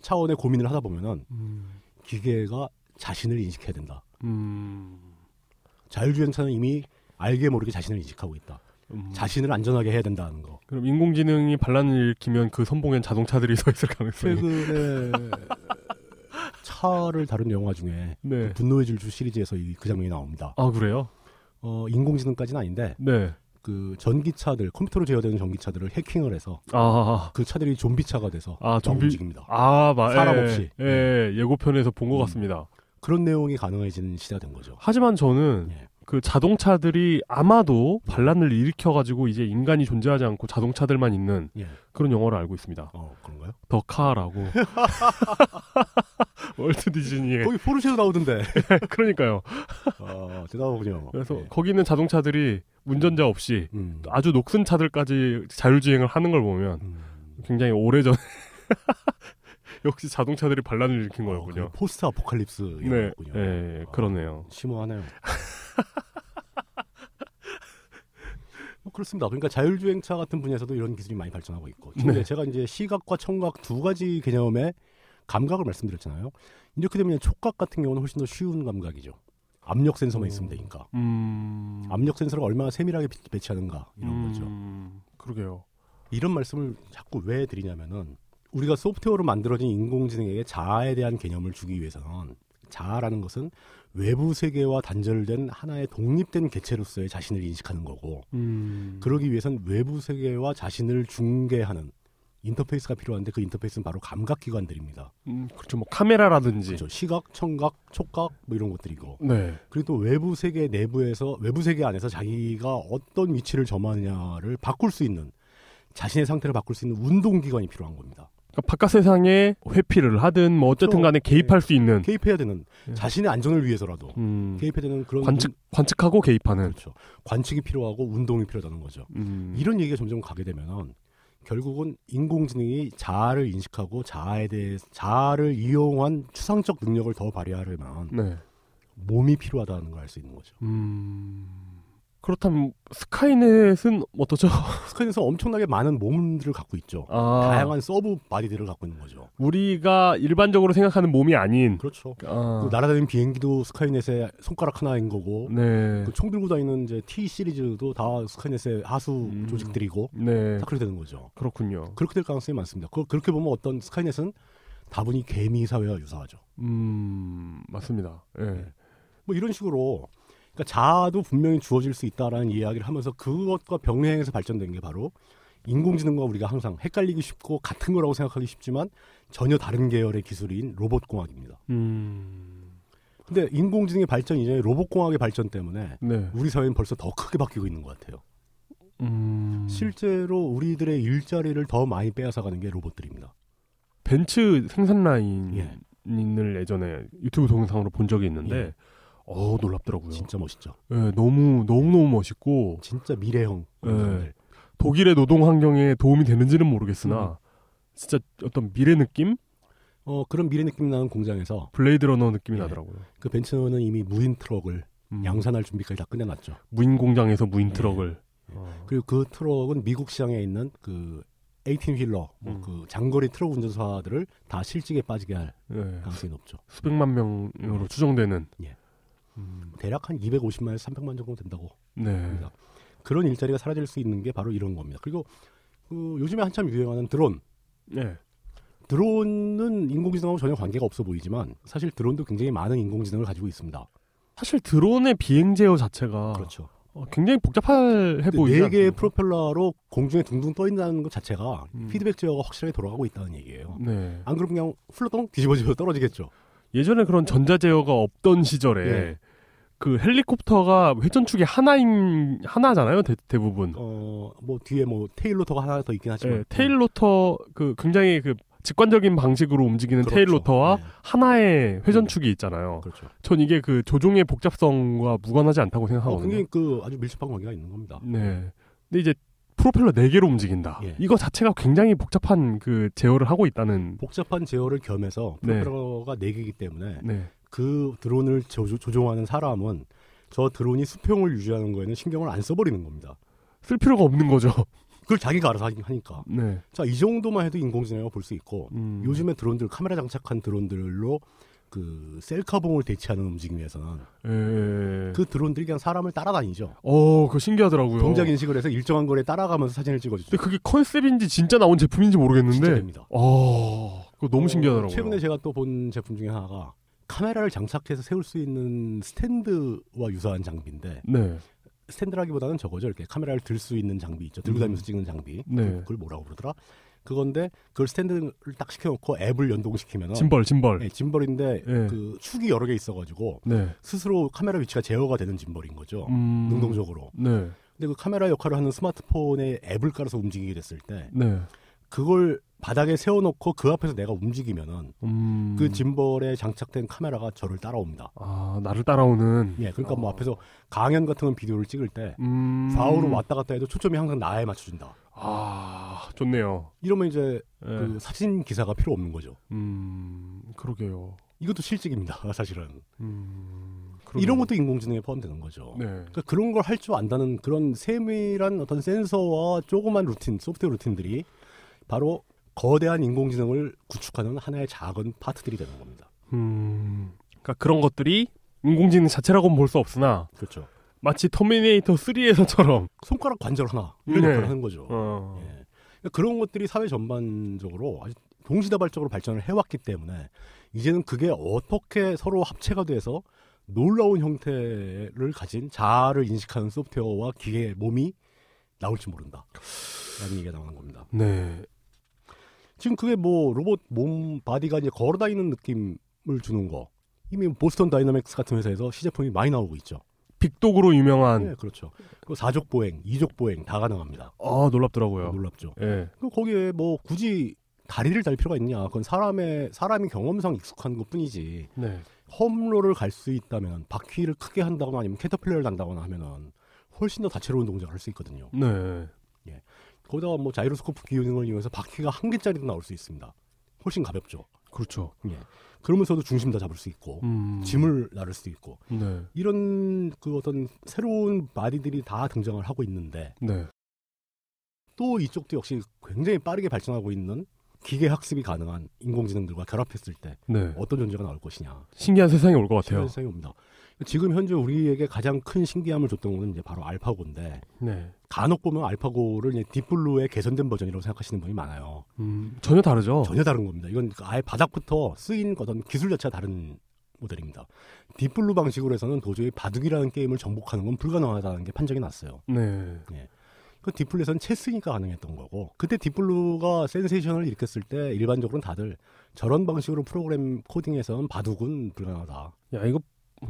S2: 차원의 고민을 하다 보면은
S1: 음.
S2: 기계가 자신을 인식해야 된다.
S1: 음.
S2: 자율주행차는 이미 알게 모르게 자신을 인식하고 있다.
S1: 음.
S2: 자신을 안전하게 해야 된다는 거.
S1: 그럼 인공지능이 반란을 일으키면 그 선봉엔 자동차들이 (laughs) 서 있을 가능성이.
S2: 최근에 (laughs) 차를 다룬 영화 중에
S1: 네.
S2: 분노의 질주 시리즈에서 이- 그 장면이 나옵니다.
S1: 아 그래요?
S2: 어, 인공지능까지는 아닌데
S1: 네.
S2: 그 전기차들 컴퓨터로 제어되는 전기차들을 해킹을 해서
S1: 아.
S2: 그 차들이 좀비차가 돼서
S1: 아,
S2: 막
S1: 좀비-
S2: 움직입니다.
S1: 아, 마,
S2: 사람
S1: 예,
S2: 없이.
S1: 예, 예고편에서 본 것
S2: 음.
S1: 같습니다.
S2: 그런 내용이 가능해지는 시대가 된 거죠.
S1: 하지만 저는
S2: 예.
S1: 그 자동차들이 아마도 반란을 일으켜가지고 이제 인간이 존재하지 않고 자동차들만 있는
S2: 예.
S1: 그런 영화를 알고 있습니다.
S2: 어 그런가요?
S1: 더
S2: (laughs)
S1: 카라고. 월트 디즈니의.
S2: 거기 포르쉐도 나오던데.
S1: (laughs) 그러니까요.
S2: 아 대단하군요.
S1: 그래서
S2: 예.
S1: 거기 있는 자동차들이 운전자 없이
S2: 음.
S1: 아주 녹슨 차들까지 자율주행을 하는 걸 보면
S2: 음.
S1: 굉장히 오래전 (laughs) 역시 자동차들이 반란을 일으킨
S2: 어, 그러니까.
S1: 거였군요.
S2: 그게 포스트 아포칼립스
S1: 네,
S2: 영화였군요.
S1: 예,
S2: 아,
S1: 그러네요. (laughs)
S2: 심오하네요. 뭐 그렇습니다. 그러니까 자율주행차 같은 분야에서도 이런 기술이 많이 발전하고 있고. 근데
S1: 네.
S2: 제가 이제 시각과 청각 두 가지 개념의 감각을 말씀드렸잖아요. 이렇게 되면 촉각 같은 경우는 훨씬 더 쉬운 감각이죠. 압력 센서만 있으면 되니까.
S1: 음,
S2: 압력 센서를 얼마나 세밀하게 비- 배치하는가 이런 거죠.
S1: 음, 그러게요.
S2: 이런 말씀을 자꾸 왜 드리냐면은 우리가 소프트웨어로 만들어진 인공지능에게 자아에 대한 개념을 주기 위해서는 자아라는 것은 외부 세계와 단절된 하나의 독립된 개체로서의 자신을 인식하는 거고
S1: 음,
S2: 그러기 위해선 외부 세계와 자신을 중개하는 인터페이스가 필요한데 그 인터페이스는 바로 감각기관들입니다.
S1: 음, 그렇죠. 뭐 카메라라든지.
S2: 그렇죠. 시각, 청각, 촉각 뭐 이런 것들이고
S1: 네.
S2: 그리고 또 외부 세계 내부에서 외부 세계 안에서 자기가 어떤 위치를 점하느냐를 바꿀 수 있는 자신의 상태를 바꿀 수 있는 운동기관이 필요한 겁니다.
S1: 그러니까 바깥 세상에 회피를 하든 뭐 어쨌든 간에 개입할 수 있는
S2: 그렇죠. 네. 개입해야 되는
S1: 음. 예.
S2: 자신의 안전을 위해서라도
S1: 음,
S2: 개입해야 되는 그런
S1: 관측 관측하고 개입하는
S2: 그렇죠. 관측이 필요하고 운동이 필요하다는 거죠.
S1: 음,
S2: 이런 얘기가 점점 가게 되면은 결국은 인공지능이 자아를 인식하고 자아에 대해 자아를 이용한 추상적 능력을 더 발휘하려면
S1: 네.
S2: 몸이 필요하다는 걸 알 수 있는 거죠.
S1: 음, 그렇다면 스카이넷은 어떠죠?
S2: 스카이넷은 엄청나게 많은 몸들을 갖고 있죠.
S1: 아,
S2: 다양한 서브 바디들을 갖고 있는 거죠.
S1: (laughs) 우리가 일반적으로 생각하는 몸이 아닌
S2: 그렇죠.
S1: 아,
S2: 그 날아다니는 비행기도 스카이넷의 손가락 하나인 거고
S1: 네.
S2: 그 총 들고 다니는 이제 T 시리즈도 다 스카이넷의 하수
S1: 음.
S2: 조직들이고
S1: 네.
S2: 다 그렇게 되는 거죠.
S1: 그렇군요.
S2: 그렇게 될 가능성이 많습니다. 그, 그렇게 보면 어떤 스카이넷은 다분히 개미 사회와 유사하죠.
S1: 음, 맞습니다. 예.
S2: 네. 뭐 이런 식으로 그러니까 자아도 분명히 주어질 수 있다라는 이야기를 하면서 그것과 병행해서 발전된 게 바로 인공지능과 우리가 항상 헷갈리기 쉽고 같은 거라고 생각하기 쉽지만 전혀 다른 계열의 기술인 로봇 공학입니다.
S1: 음,
S2: 근데 인공지능의 발전 이전에 로봇 공학의 발전 때문에
S1: 네.
S2: 우리 사회는 벌써 더 크게 바뀌고 있는 것 같아요.
S1: 음,
S2: 실제로 우리들의 일자리를 더 많이 빼앗아가는 게 로봇들입니다.
S1: 벤츠 생산
S2: 예.
S1: 라인을 예전에 유튜브 동영상으로 본 적이 있는데,
S2: 예.
S1: 어 놀랍더라고요.
S2: 진짜 멋있죠.
S1: 예, 너무 너무 너무 멋있고
S2: 진짜 미래형.
S1: 예.
S2: 사람들.
S1: 독일의 노동 환경에 도움이 되는지는 모르겠으나
S2: 음.
S1: 진짜 어떤 미래 느낌,
S2: 어, 그런 미래 느낌 나는 공장에서
S1: 블레이드 러너 느낌이
S2: 예.
S1: 나더라고요.
S2: 그 벤츠는 이미 무인 트럭을
S1: 음,
S2: 양산할 예. 준비까지 다 끝내놨죠.
S1: 무인 공장에서 무인 트럭을. 어.
S2: 그리고 그 트럭은 미국 시장에 있는 그 에이틴 휠러, 뭐
S1: 음.
S2: 그 장거리 트럭 운전사들을 다 실직에 빠지게 할
S1: 예.
S2: 가능성이 높죠.
S1: 수백만 명으로 추정되는.
S2: 예.
S1: 음,
S2: 대략 한 250만에서 300만 정도 된다고
S1: 네.
S2: 합니다. 그런 일자리가 사라질 수 있는 게 바로 이런 겁니다. 그리고 그 요즘에 한참 유행하는 드론.
S1: 예.
S2: 드론은 인공지능하고 전혀 관계가 없어 보이지만 사실 드론도 굉장히 많은 인공지능을 가지고 있습니다.
S1: 사실 드론의 비행 제어 자체가
S2: 그렇죠.
S1: 어, 굉장히 복잡해 보이지
S2: 네 개의
S1: 않습니까?
S2: 프로펠러로 공중에 둥둥 떠 있다는 것 자체가
S1: 음.
S2: 피드백 제어가 확실하게 돌아가고 있다는 얘기예요.
S1: 네.
S2: 안 그러면 그냥 훌러덩 뒤집어지고 떨어지겠죠.
S1: 예전에 그런 전자 제어가 없던 시절에
S2: 예.
S1: 그 헬리콥터가 회전축이 하나인 하나잖아요 대, 부분 네,
S2: 어, 뭐 뒤에 뭐 테일로터가 하나 더 있긴 하지만
S1: 테일 로터 그 굉장히 그 직관적인 방식으로 움직이는
S2: 그렇죠.
S1: 테일 로터와 어,
S2: 네,
S1: 하나의 회전축이 있잖아요.
S2: 그렇죠.
S1: 전 이게 그 조종의 복잡성과 무관하지 않다고
S2: 어,
S1: 생각하거든요.
S2: 굉장히 그 아주 밀접한 관계가 있는 겁니다.
S1: 네. 근데 이제 프로펠러 네 개로 움직인다.
S2: 예.
S1: 이거 자체가 굉장히 복잡한 그 제어를 하고 있다는
S2: 복잡한 제어를 겸해서
S1: 네.
S2: 프로펠러가 네 개이기 때문에
S1: 네.
S2: 그 드론을 조, 종하는 사람은 저 드론이 수평을 유지하는 거에는 신경을 안 써버리는 겁니다.
S1: 쓸 필요가 없는 거죠. (laughs)
S2: 그걸 자기가 알아서 하긴 하니까.
S1: 네.
S2: 자, 이 정도만 해도 인공지능이라고 볼 수 있고
S1: 음.
S2: 요즘에 드론들 카메라 장착한 드론들로 그 셀카봉을 대체하는 움직임에서는
S1: 예.
S2: 그 드론들이 그냥 사람을 따라다니죠.
S1: 어, 그거 신기하더라고요.
S2: 동작 인식을 해서 일정한 거리에 따라가면서 사진을 찍어주죠.
S1: 근데 그게 컨셉인지 진짜 나온 제품인지 모르겠는데.
S2: 진짜 됩니다.
S1: 어, 그거 너무
S2: 어,
S1: 신기하더라고요.
S2: 최근에 제가 또 본 제품 중에 하나가 카메라를 장착해서 세울 수 있는 스탠드와 유사한 장비인데
S1: 네.
S2: 스탠드라기보다는 저거죠. 이렇게 카메라를 들 수 있는 장비 있죠. 들고
S1: 음.
S2: 다니면서 찍는 장비.
S1: 네.
S2: 그걸 뭐라고 그러더라? 그건데 그걸 스탠드를 딱 시켜놓고 앱을 연동시키면
S1: 짐벌, 짐벌. 네.
S2: 짐벌인데
S1: 예.
S2: 아,
S1: 네.
S2: 그 축이 여러 개 있어가지고 스스로 카메라 위치가 제어가 되는 짐벌인 거죠.
S1: 음.
S2: 능동적으로.
S1: 네.
S2: 근데 그 카메라 역할을 하는 스마트폰에 앱을 깔아서 움직이게 됐을 때
S1: 네.
S2: 그걸 바닥에 세워놓고 그 앞에서 내가 움직이면은
S1: 음.
S2: 그 짐벌에 장착된 카메라가 저를 따라옵니다.
S1: 아, 나를 따라오는.
S2: 예, 그러니까 뭐
S1: 어.
S2: 앞에서 강연 같은 건 비디오를 찍을 때
S1: 음.
S2: 좌우로 왔다 갔다 해도 초점이 항상 나에 맞춰준다.
S1: 아, 좋네요.
S2: 이러면 이제
S1: 예.
S2: 그 사진 기사가 필요 없는 거죠.
S1: 음, 그러게요.
S2: 이것도 실직입니다, (laughs) 사실은.
S1: 음,
S2: 이런
S1: 그러네요.
S2: 것도 인공지능에 포함되는 거죠.
S1: 네.
S2: 그러니까 그런 걸 할 줄 안다는 그런 세밀한 어떤 센서와 조그만 루틴, 소프트웨어 루틴들이 바로 거대한 인공지능을 구축하는 하나의 작은 파트들이 되는 겁니다.
S1: 음, 그러니까 그런 것들이 인공지능 자체라고는 볼 수 없으나
S2: 그렇죠.
S1: 마치 터미네이터 3에서처럼
S2: 손가락 관절 하나 이런
S1: 네.
S2: 역할을 하는 거죠.
S1: 어,
S2: 예. 그러니까 그런 것들이 사회 전반적으로 아주 동시다발적으로 발전을 해왔기 때문에 이제는 그게 어떻게 서로 합체가 돼서 놀라운 형태를 가진 자아를 인식하는 소프트웨어와 기계 몸이 나올지 모른다. 라는 얘기가 나오는 겁니다.
S1: 네.
S2: 지금 그게 뭐 로봇 몸 바디가 이제 걸어 다니는 느낌을 주는 거. 이미 보스턴 다이나믹스 같은 회사에서 시제품이 많이 나오고 있죠.
S1: 빅독으로 유명한
S2: 예, 그렇죠. 그 사족 보행, 이족 보행 다 가능합니다.
S1: 아 놀랍더라고요.
S2: 놀랍죠.
S1: 예.
S2: 그 거기에 뭐 굳이 다리를 달 필요가 있냐? 그건 사람의 사람이 경험상 익숙한 것뿐이지.
S1: 네.
S2: 험로를 갈 수 있다면 바퀴를 크게 한다거나 아니면 캐터필러를 단다거나 하면은 훨씬 더 다채로운 동작을 할 수 있거든요.
S1: 네.
S2: 거기다가 뭐 자이로스코프 기능을 이용해서 바퀴가 한 개짜리도 나올 수 있습니다. 훨씬 가볍죠.
S1: 그렇죠.
S2: 예. 그러면서도 중심 다 잡을 수 있고
S1: 음.
S2: 짐을 나를 수도 있고
S1: 네.
S2: 이런 그 어떤 새로운 바디들이 다 등장을 하고 있는데
S1: 네.
S2: 또 이쪽도 역시 굉장히 빠르게 발전하고 있는 기계 학습이 가능한 인공지능들과 결합했을 때
S1: 네.
S2: 어떤 존재가 나올 것이냐
S1: 신기한 세상이 올 것 같아요.
S2: 그런 생각이 옵니다. 지금 현재 우리에게 가장 큰 신기함을 줬던 거는 이제 바로 알파고인데
S1: 네.
S2: 간혹 보면 알파고를 이제 딥블루의 개선된 버전이라고 생각하시는 분이 많아요.
S1: 음, 전혀 다르죠.
S2: 전혀 다른 겁니다. 이건 아예 바닥부터 쓰인 어떤 기술 자체가 다른 모델입니다. 딥블루 방식으로 해서는 도저히 바둑이라는 게임을 정복하는 건 불가능하다는 게 판정이 났어요.
S1: 네.
S2: 그 딥블루에서는 체스니까 가능했던 거고 그때 딥블루가 센세이션을 일으켰을 때 일반적으로는 다들 저런 방식으로 프로그램 코딩에서는 바둑은 불가능하다.
S1: 야 이거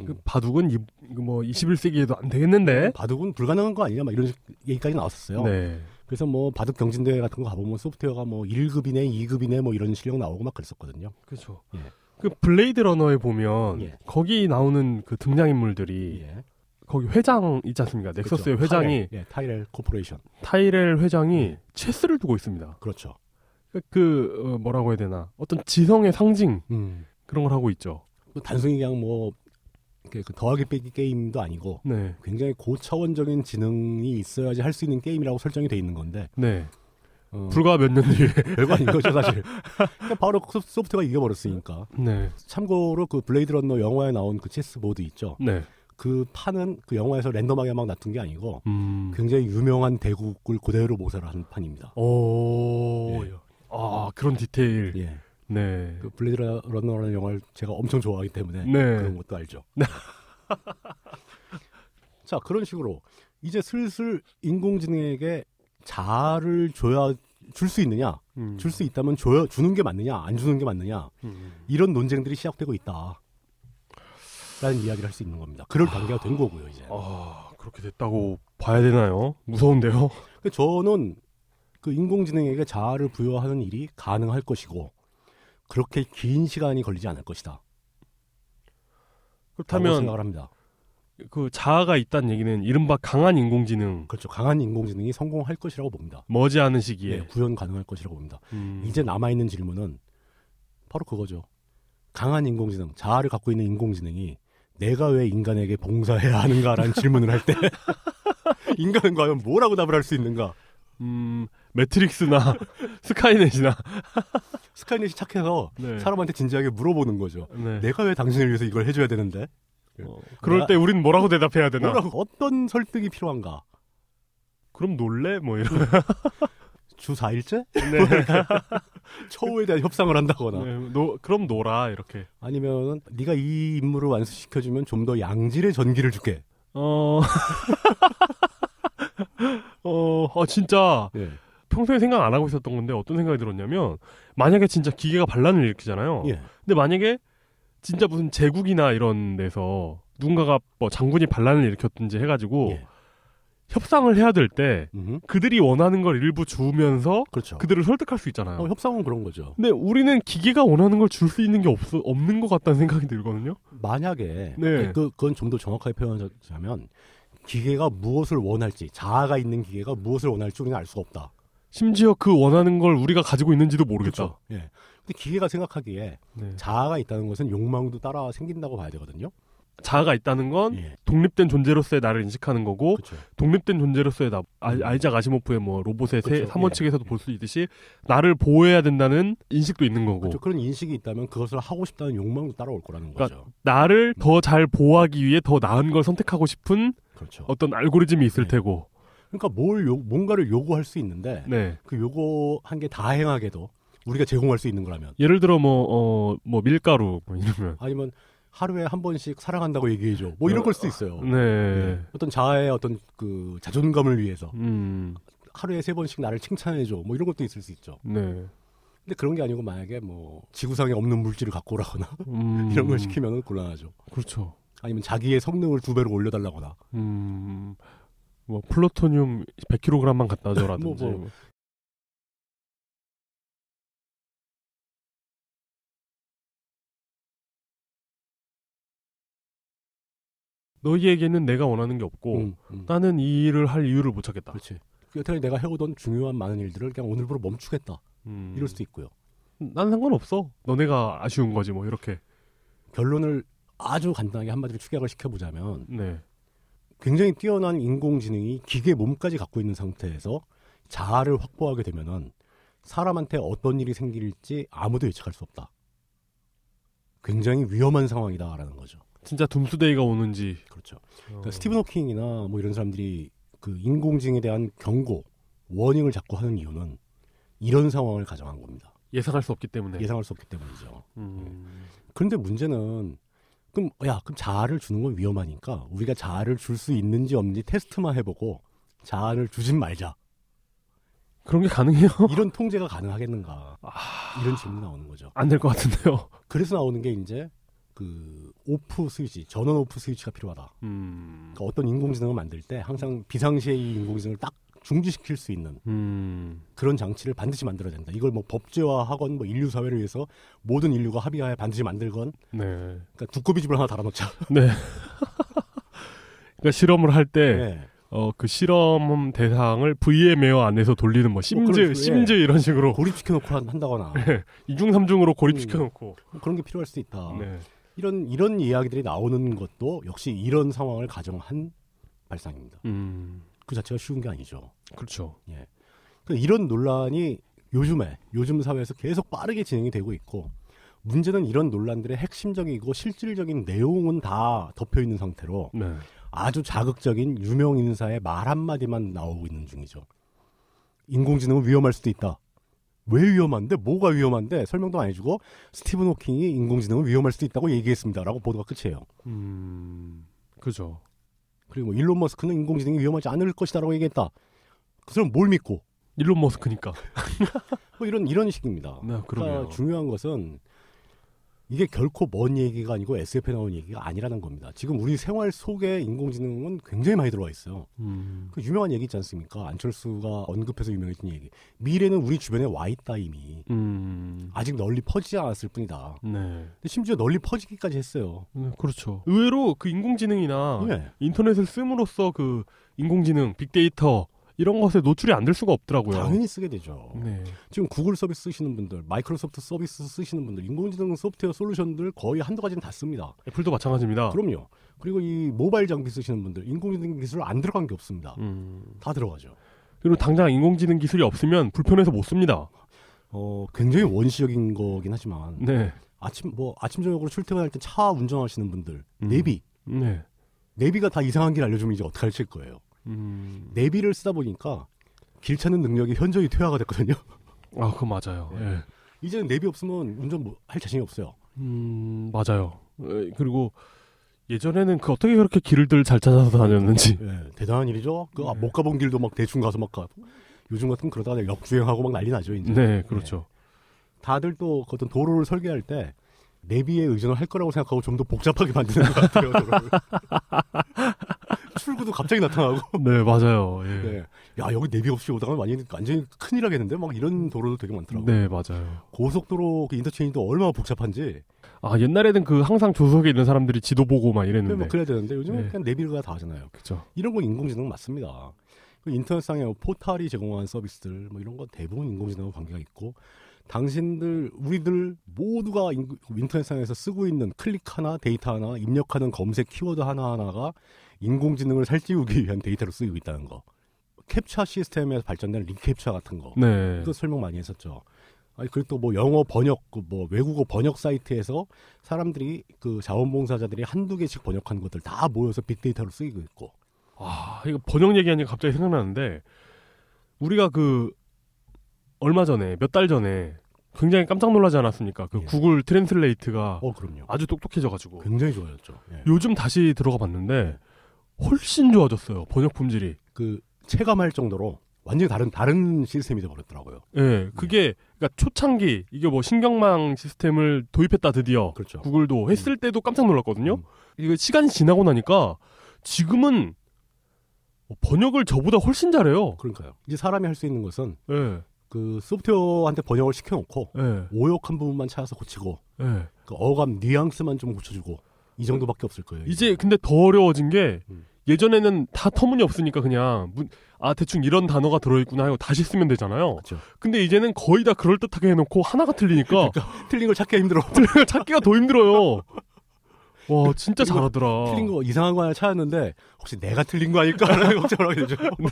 S1: 그 바둑은 이, 이거 뭐 21세기에도 안 되겠는데.
S2: 바둑은 불가능한 거 아니냐 막 이런 식- 얘기까지 나왔었어요.
S1: 네.
S2: 그래서 뭐 바둑 경진대회 같은 거 가보면 소프트웨어가 뭐 1급이네 2급이네 뭐 이런 실력 나오고 막 그랬었거든요.
S1: 그렇죠.
S2: 예.
S1: 그 블레이드 러너에 보면
S2: 예.
S1: 거기 나오는 그 등장 인물들이
S2: 예.
S1: 거기 회장 있지 않습니까? 넥서스의 회장이
S2: 타이렐, 예, 타이렐 코퍼레이션.
S1: 타이렐
S2: 네.
S1: 회장이 체스를 두고 있습니다.
S2: 그렇죠.
S1: 그, 그, 어, 뭐라고 해야 되나 어떤 지성의 상징
S2: 음.
S1: 그런 걸 하고 있죠.
S2: 뭐 단순히 그냥 뭐 이렇게 그 더하기 빼기 게임도 아니고
S1: 네,
S2: 굉장히 고차원적인 지능이 있어야지 할 수 있는 게임이라고 설정이 돼 있는 건데
S1: 네.
S2: 어,
S1: 불과 몇 년
S2: (laughs)
S1: 뒤에.
S2: 별거 아닌 거죠 사실. 그러니까 바로 그 소프트가 이겨버렸으니까.
S1: 네,
S2: 참고로 그 블레이드 런너 영화에 나온 그 체스 보드 있죠.
S1: 네.
S2: 그 판은 그 영화에서 랜덤하게 막 놔둔 게 아니고
S1: 음.
S2: 굉장히 유명한 대국을 그대로 모사를 한 판입니다.
S1: 오.
S2: 예.
S1: 아 그런 디테일.
S2: 예.
S1: 네.
S2: 그 블레이드 러- 러너라는 영화를 제가 엄청 좋아하기 때문에
S1: 네.
S2: 그런 것도 알죠. (laughs) 자 그런 식으로 이제 슬슬 인공지능에게 자아를 줘야 줄 수 있느냐,
S1: 음.
S2: 줄 수 있다면 줘야 주는 게 맞느냐, 안 주는 게 맞느냐
S1: 음.
S2: 이런 논쟁들이 시작되고 있다. 라는 이야기를 할 수 있는 겁니다. 그럴 단계가 된 거고요 이제.
S1: 아 그렇게 됐다고 봐야 되나요? 무서운데요. (laughs)
S2: 그 저는 그 인공지능에게 자아를 부여하는 일이 가능할 것이고 그렇게 긴 시간이 걸리지 않을 것이다. 라고
S1: 그렇다면
S2: 아, 생각을 합니다.
S1: 그 자아가 있다는 얘기는 이른바 강한 인공지능
S2: 그렇죠. 강한 인공지능이 성공할 것이라고 봅니다.
S1: 머지않은 시기에
S2: 예, 구현 가능할 것이라고 봅니다.
S1: 음.
S2: 이제 남아 있는 질문은 바로 그거죠. 강한 인공지능, 자아를 갖고 있는 인공지능이 내가 왜 인간에게 봉사해야
S1: (laughs)
S2: 하는가라는 질문을 할 때 (laughs) 인간은 과연 뭐라고 답을 할 수 있는가?
S1: 음, 매트릭스나 (laughs) 스카이넷이나
S2: 스카이넷이 착해서
S1: 네.
S2: 사람한테 진지하게 물어보는 거죠.
S1: 네.
S2: 내가 왜 당신을 위해서 이걸 해줘야 되는데?
S1: 어, 그럴 때 우린 뭐라고 대답해야 되나?
S2: 뭐라고 어떤 설득이 필요한가?
S1: 그럼 놀래 뭐 이런.
S2: 주 4일째?
S1: (laughs) 네.
S2: (laughs) 처우에 대한 협상을 한다거나
S1: 네, 노, 그럼 놀아 이렇게.
S2: 아니면 네가 이 임무를 완수시켜주면 좀 더 양질의 전기를 줄게.
S1: 어. (laughs) 어, 아, 진짜
S2: 예.
S1: 평소에 생각 안 하고 있었던 건데 어떤 생각이 들었냐면 만약에 진짜 기계가 반란을 일으키잖아요.
S2: 예.
S1: 근데 만약에 진짜 무슨 제국이나 이런 데서 누군가가 뭐 장군이 반란을 일으켰든지 해가지고
S2: 예.
S1: 협상을 해야 될 때
S2: 음.
S1: 그들이 원하는 걸 일부 주면서
S2: 그렇죠.
S1: 그들을 설득할 수 있잖아요.
S2: 어, 협상은 그런 거죠.
S1: 근데 우리는 기계가 원하는 걸 줄 수 있는 게 없어, 없는 것 같다는 생각이 들거든요.
S2: 만약에
S1: 네.
S2: 그, 그건 좀 더 정확하게 표현하자면 기계가 무엇을 원할지 자아가 있는 기계가 무엇을 원할지 우리는 알 수가 없다.
S1: 심지어 그 원하는 걸 우리가 가지고 있는지도 모르겠다.
S2: 예. 근데 기계가 생각하기에
S1: 그렇죠. 네.
S2: 자아가 있다는 것은 욕망도 따라 생긴다고 봐야 되거든요.
S1: 자아가 있다는 건
S2: 예.
S1: 독립된 존재로서의 나를 인식하는 거고
S2: 그렇죠.
S1: 독립된 존재로서의 나 아, 아이작 아시모프의 뭐 로봇의 세,
S2: 그렇죠.
S1: 삼
S2: 예.
S1: 원칙에서도 볼 수 있듯이 나를 보호해야 된다는 인식도 있는 거고
S2: 그렇죠. 그런 인식이 있다면 그것을 하고 싶다는 욕망도 따라올 거라는
S1: 어. 그러니까
S2: 거죠.
S1: 나를 더 잘 보호하기 위해 더 나은 걸 선택하고 싶은
S2: 그렇죠.
S1: 어떤 알고리즘이 있을
S2: 네.
S1: 테고
S2: 그러니까 뭘 요- 뭔가를 요구할 수 있는데
S1: 네.
S2: 그 요구한 게 다행하게도 우리가 제공할 수 있는 거라면
S1: 예를 들어 뭐어뭐 밀가루 뭐 이러면
S2: 아니면 하루에 한 번씩 사랑한다고 얘기해 줘. 뭐 이런 걸 수도 있어요.
S1: 네.
S2: 예. 어떤 자아의 어떤 그 자존감을 위해서
S1: 음.
S2: 하루에 세 번씩 나를 칭찬해 줘. 뭐 이런 것도 있을 수 있죠.
S1: 네.
S2: 근데 그런 게 아니고 만약에 뭐 지구상에 없는 물질을 갖고 오라거나 (laughs)
S1: 음.
S2: 이런 걸 시키면은 곤란하죠.
S1: 그렇죠.
S2: 아니면 자기의 성능을 두 배로 올려달라거나
S1: 음. 뭐
S2: (laughs)
S1: 플루토늄 100kg만 갖다 줘라든지.
S2: 뭐, 뭐.
S1: 너희에게는 내가 원하는 게 없고
S2: 음, 음.
S1: 나는 이 일을 할 이유를 못 찾겠다.
S2: 그렇지. 그 여태까지 내가 해오던 중요한 많은 일들을 그냥 오늘부로 멈추겠다.
S1: 음,
S2: 이럴 수도 있고요.
S1: 난 상관없어. 너네가 아쉬운 거지 뭐 이렇게.
S2: 결론을 아주 간단하게 한마디로 축약을 시켜보자면
S1: 네.
S2: 굉장히 뛰어난 인공지능이 기계 몸까지 갖고 있는 상태에서 자아를 확보하게 되면은 사람한테 어떤 일이 생길지 아무도 예측할 수 없다. 굉장히 위험한 상황이다라는 거죠.
S1: 진짜 둠스데이가 오는지.
S2: 그렇죠.
S1: 음.
S2: 그러니까 스티븐 호킹이나 뭐 이런 사람들이 그 인공지능에 대한 경고, 워닝을 자꾸 하는 이유는 이런 상황을 가정한 겁니다.
S1: 예상할 수 없기 때문에.
S2: 예상할 네. 수 없기 때문이죠.
S1: 음,
S2: 그런데 문제는 그럼 야 그럼 자아를 주는 건 위험하니까 우리가 자아를 줄 수 있는지 없는지 테스트만 해보고 자아를 주진 말자
S1: 그런 게
S2: (laughs)
S1: 가능해요?
S2: 이런 통제가 가능하겠는가 이런 질문 나오는 거죠.
S1: 안 될 것 같은데요.
S2: 그래서 나오는 게 이제 그 오프 스위치 전원 오프 스위치가 필요하다.
S1: 음.
S2: 그러니까 어떤 인공지능을 만들 때 항상 비상시에 이 인공지능을 딱 중지시킬 수 있는
S1: 음.
S2: 그런 장치를 반드시 만들어야 된다. 이걸 뭐 법제화하건 뭐 인류 사회를 위해서 모든 인류가 합의하에 반드시 만들건
S1: 네.
S2: 그러니까 두꺼비 집을 하나 달아놓자.
S1: 네. 그러니까 실험을 할 때 어 그
S2: 네.
S1: 실험 대상을 VM웨어 안에서 돌리는 뭐 심즈
S2: 그런 식으로,
S1: 심즈 이런 음. 식으로 네.
S2: 고립시켜놓고 한- 한다거나
S1: 이중 삼중으로 고립시켜 놓고
S2: 그런 게 필요할 수도 있다.
S1: 네.
S2: 이런 이런 이야기들이 나오는 것도 역시 이런 상황을 가정한 발상입니다.
S1: 음.
S2: 그 자체가 쉬운 게 아니죠.
S1: 그렇죠.
S2: 그러니까 이런 논란이 요즘에 요즘 사회에서 계속 빠르게 진행이 되고 있고 문제는 이런 논란들의 핵심적이고 실질적인 내용은 다 덮여 있는 상태로
S1: 네.
S2: 아주 자극적인 유명 인사의 말 한마디만 나오고 있는 중이죠. 인공지능은 위험할 수도 있다. 왜 위험한데? 뭐가 위험한데? 설명도 안 해주고 스티븐 호킹이 인공지능은 위험할 수도 있다고 얘기했습니다라고 보도가 끝이에요.
S1: 음. 그죠.
S2: 그리고 뭐 일론 머스크는 인공지능이 위험하지 않을 것이다라고 얘기했다. 그 사람 뭘 믿고?
S1: 일론 머스크니까.
S2: 뭐 이런 이런 식입니다.
S1: 네, 그러네요.
S2: 그러니까 중요한 것은 이게 결코 먼 얘기가 아니고 SF에 나온 얘기가 아니라는 겁니다. 지금 우리 생활 속에 인공지능은 굉장히 많이 들어와 있어요.
S1: 음.
S2: 그 유명한 얘기 있지 않습니까? 안철수가 언급해서 유명해진 얘기. 미래는 우리 주변에 와 있다 이미.
S1: 음.
S2: 아직 널리 퍼지지 않았을 뿐이다.
S1: 네.
S2: 근데 심지어 널리 퍼지기까지 했어요.
S1: 네, 그렇죠. 의외로 그 인공지능이나
S2: 예.
S1: 인터넷을 씀으로써 그 인공지능, 빅데이터 이런 것에 노출이 안 될 수가 없더라고요.
S2: 당연히 쓰게 되죠.
S1: 네.
S2: 지금 구글 서비스 쓰시는 분들, 마이크로소프트 서비스 쓰시는 분들, 인공지능 소프트웨어 솔루션들 거의 한두 가지는 다 씁니다.
S1: 애플도 마찬가지입니다.
S2: 그럼요. 그리고 이 모바일 장비 쓰시는 분들, 인공지능 기술 안 들어간 게 없습니다.
S1: 음.
S2: 다 들어가죠.
S1: 그리고 당장 인공지능 기술이 없으면 불편해서 못 씁니다.
S2: 어, 굉장히 원시적인 거긴 하지만
S1: 네.
S2: 아침 뭐 아침 저녁으로 출퇴근할 때 차 운전하시는 분들,
S1: 음.
S2: 내비,
S1: 네.
S2: 내비가 다 이상한 길 알려주면 이제 어떡할 칠 거예요.
S1: 음.
S2: 내비를 쓰다 보니까 길 찾는 능력이 현저히 퇴화가 됐거든요.
S1: 아, 그거 맞아요. 예.
S2: 네. (laughs) 이제는 내비 없으면 운전 뭐할 자신이 없어요.
S1: 음, 맞아요. 에, 그리고 예전에는 그 어떻게 그렇게 길들 잘 찾아서 다녔는지.
S2: 예, 대단한 일이죠. 그, 아,
S1: 네.
S2: 못 가본 길도 막 대충 가서 막 가. 요즘 같으면 그러다가 내가 역주행하고 막 난리 나죠, 이제.
S1: 네, 그렇죠.
S2: 다들 또그 어떤 도로를 설계할 때 내비에 의존을 할 거라고 생각하고 좀 더 복잡하게 만드는 것 같아요, 도로를. 출구도 갑자기 나타나고.
S1: 네, 맞아요. 예.
S2: 네. 야, 여기 내비 없이 오다가 완전히, 완전히 큰일 하겠는데? 막 이런 도로도 되게 많더라고요.
S1: 네, 맞아요.
S2: 고속도로 그 인터체인지도 얼마나 복잡한지.
S1: 아, 옛날에는 그 항상 조석에 있는 사람들이 지도 보고 막
S2: 그래,
S1: 이랬는데.
S2: 뭐 그래야 되는데 요즘은
S1: 네.
S2: 그냥 내비가 다 하잖아요.
S1: 그죠.
S2: 이런 건 인공지능 맞습니다. 그 인터넷상의 포탈이 제공한 서비스들 뭐 이런 건 대부분 인공지능과 관계가 있고 당신들 우리들 모두가 인- 인터넷상에서 쓰고 있는 클릭 하나 데이터 하나 입력하는 검색 키워드 하나하나가 인공지능을 살찌우기 위한 데이터로 쓰이고 있다는 거 캡처 시스템에서 발전된 링캡처 같은 거
S1: 네.
S2: 그 설명 많이 했었죠. 아니 그리고 또 뭐 영어 번역 그 뭐 외국어 번역 사이트에서 사람들이 그 자원봉사자들이 한두 개씩 번역한 것들 다 모여서 빅데이터로 쓰이고 있고
S1: 아, 이거 번역 얘기하니까 갑자기 생각나는데 우리가 그 얼마 전에 몇 달 전에 굉장히 깜짝 놀라지 않았습니까? 그
S2: 예.
S1: 구글 트랜슬레이트가
S2: 어 그럼요.
S1: 아주 뭐. 똑똑해져 가지고
S2: 굉장히 좋아졌죠. 예.
S1: 요즘 다시 들어가 봤는데 훨씬 좋아졌어요. 번역 품질이.
S2: 그 체감할 정도로 완전히 다른 다른 시스템이 돼 버렸더라고요.
S1: 예. 그게 그러니까 초창기 이게 뭐 신경망 시스템을 도입했다 드디어
S2: 그렇죠.
S1: 구글도 했을 때도 깜짝 놀랐거든요.
S2: 음.
S1: 이거 시간이 지나고 나니까 지금은 뭐 번역을 저보다 훨씬 잘해요.
S2: 그러니까요. 이제 사람이 할 수 있는 것은
S1: 예.
S2: 그 소프트웨어한테 번역을 시켜놓고
S1: 예.
S2: 오역한 부분만 찾아서 고치고
S1: 예.
S2: 그 어감 뉘앙스만 좀 고쳐주고 이 정도밖에 없을 거예요.
S1: 이제 근데 더 어려워진 게
S2: 음.
S1: 예전에는 다 터무니 없으니까 그냥 문- 아 대충 이런 단어가 들어있구나 하고 다시 쓰면 되잖아요.
S2: 그렇죠.
S1: 근데 이제는 거의 다 그럴 듯하게 해놓고 하나가
S2: (laughs)
S1: 틀리니까
S2: 틀린 걸 찾기 힘들어.
S1: (laughs) 찾기가 더 힘들어요. 와 진짜 잘하더라.
S2: 틀린 거 이상한 거 하나 찾았는데 혹시 내가 틀린 거 아닐까라는 (laughs) 걱정을 하게 되죠.
S1: 뭐,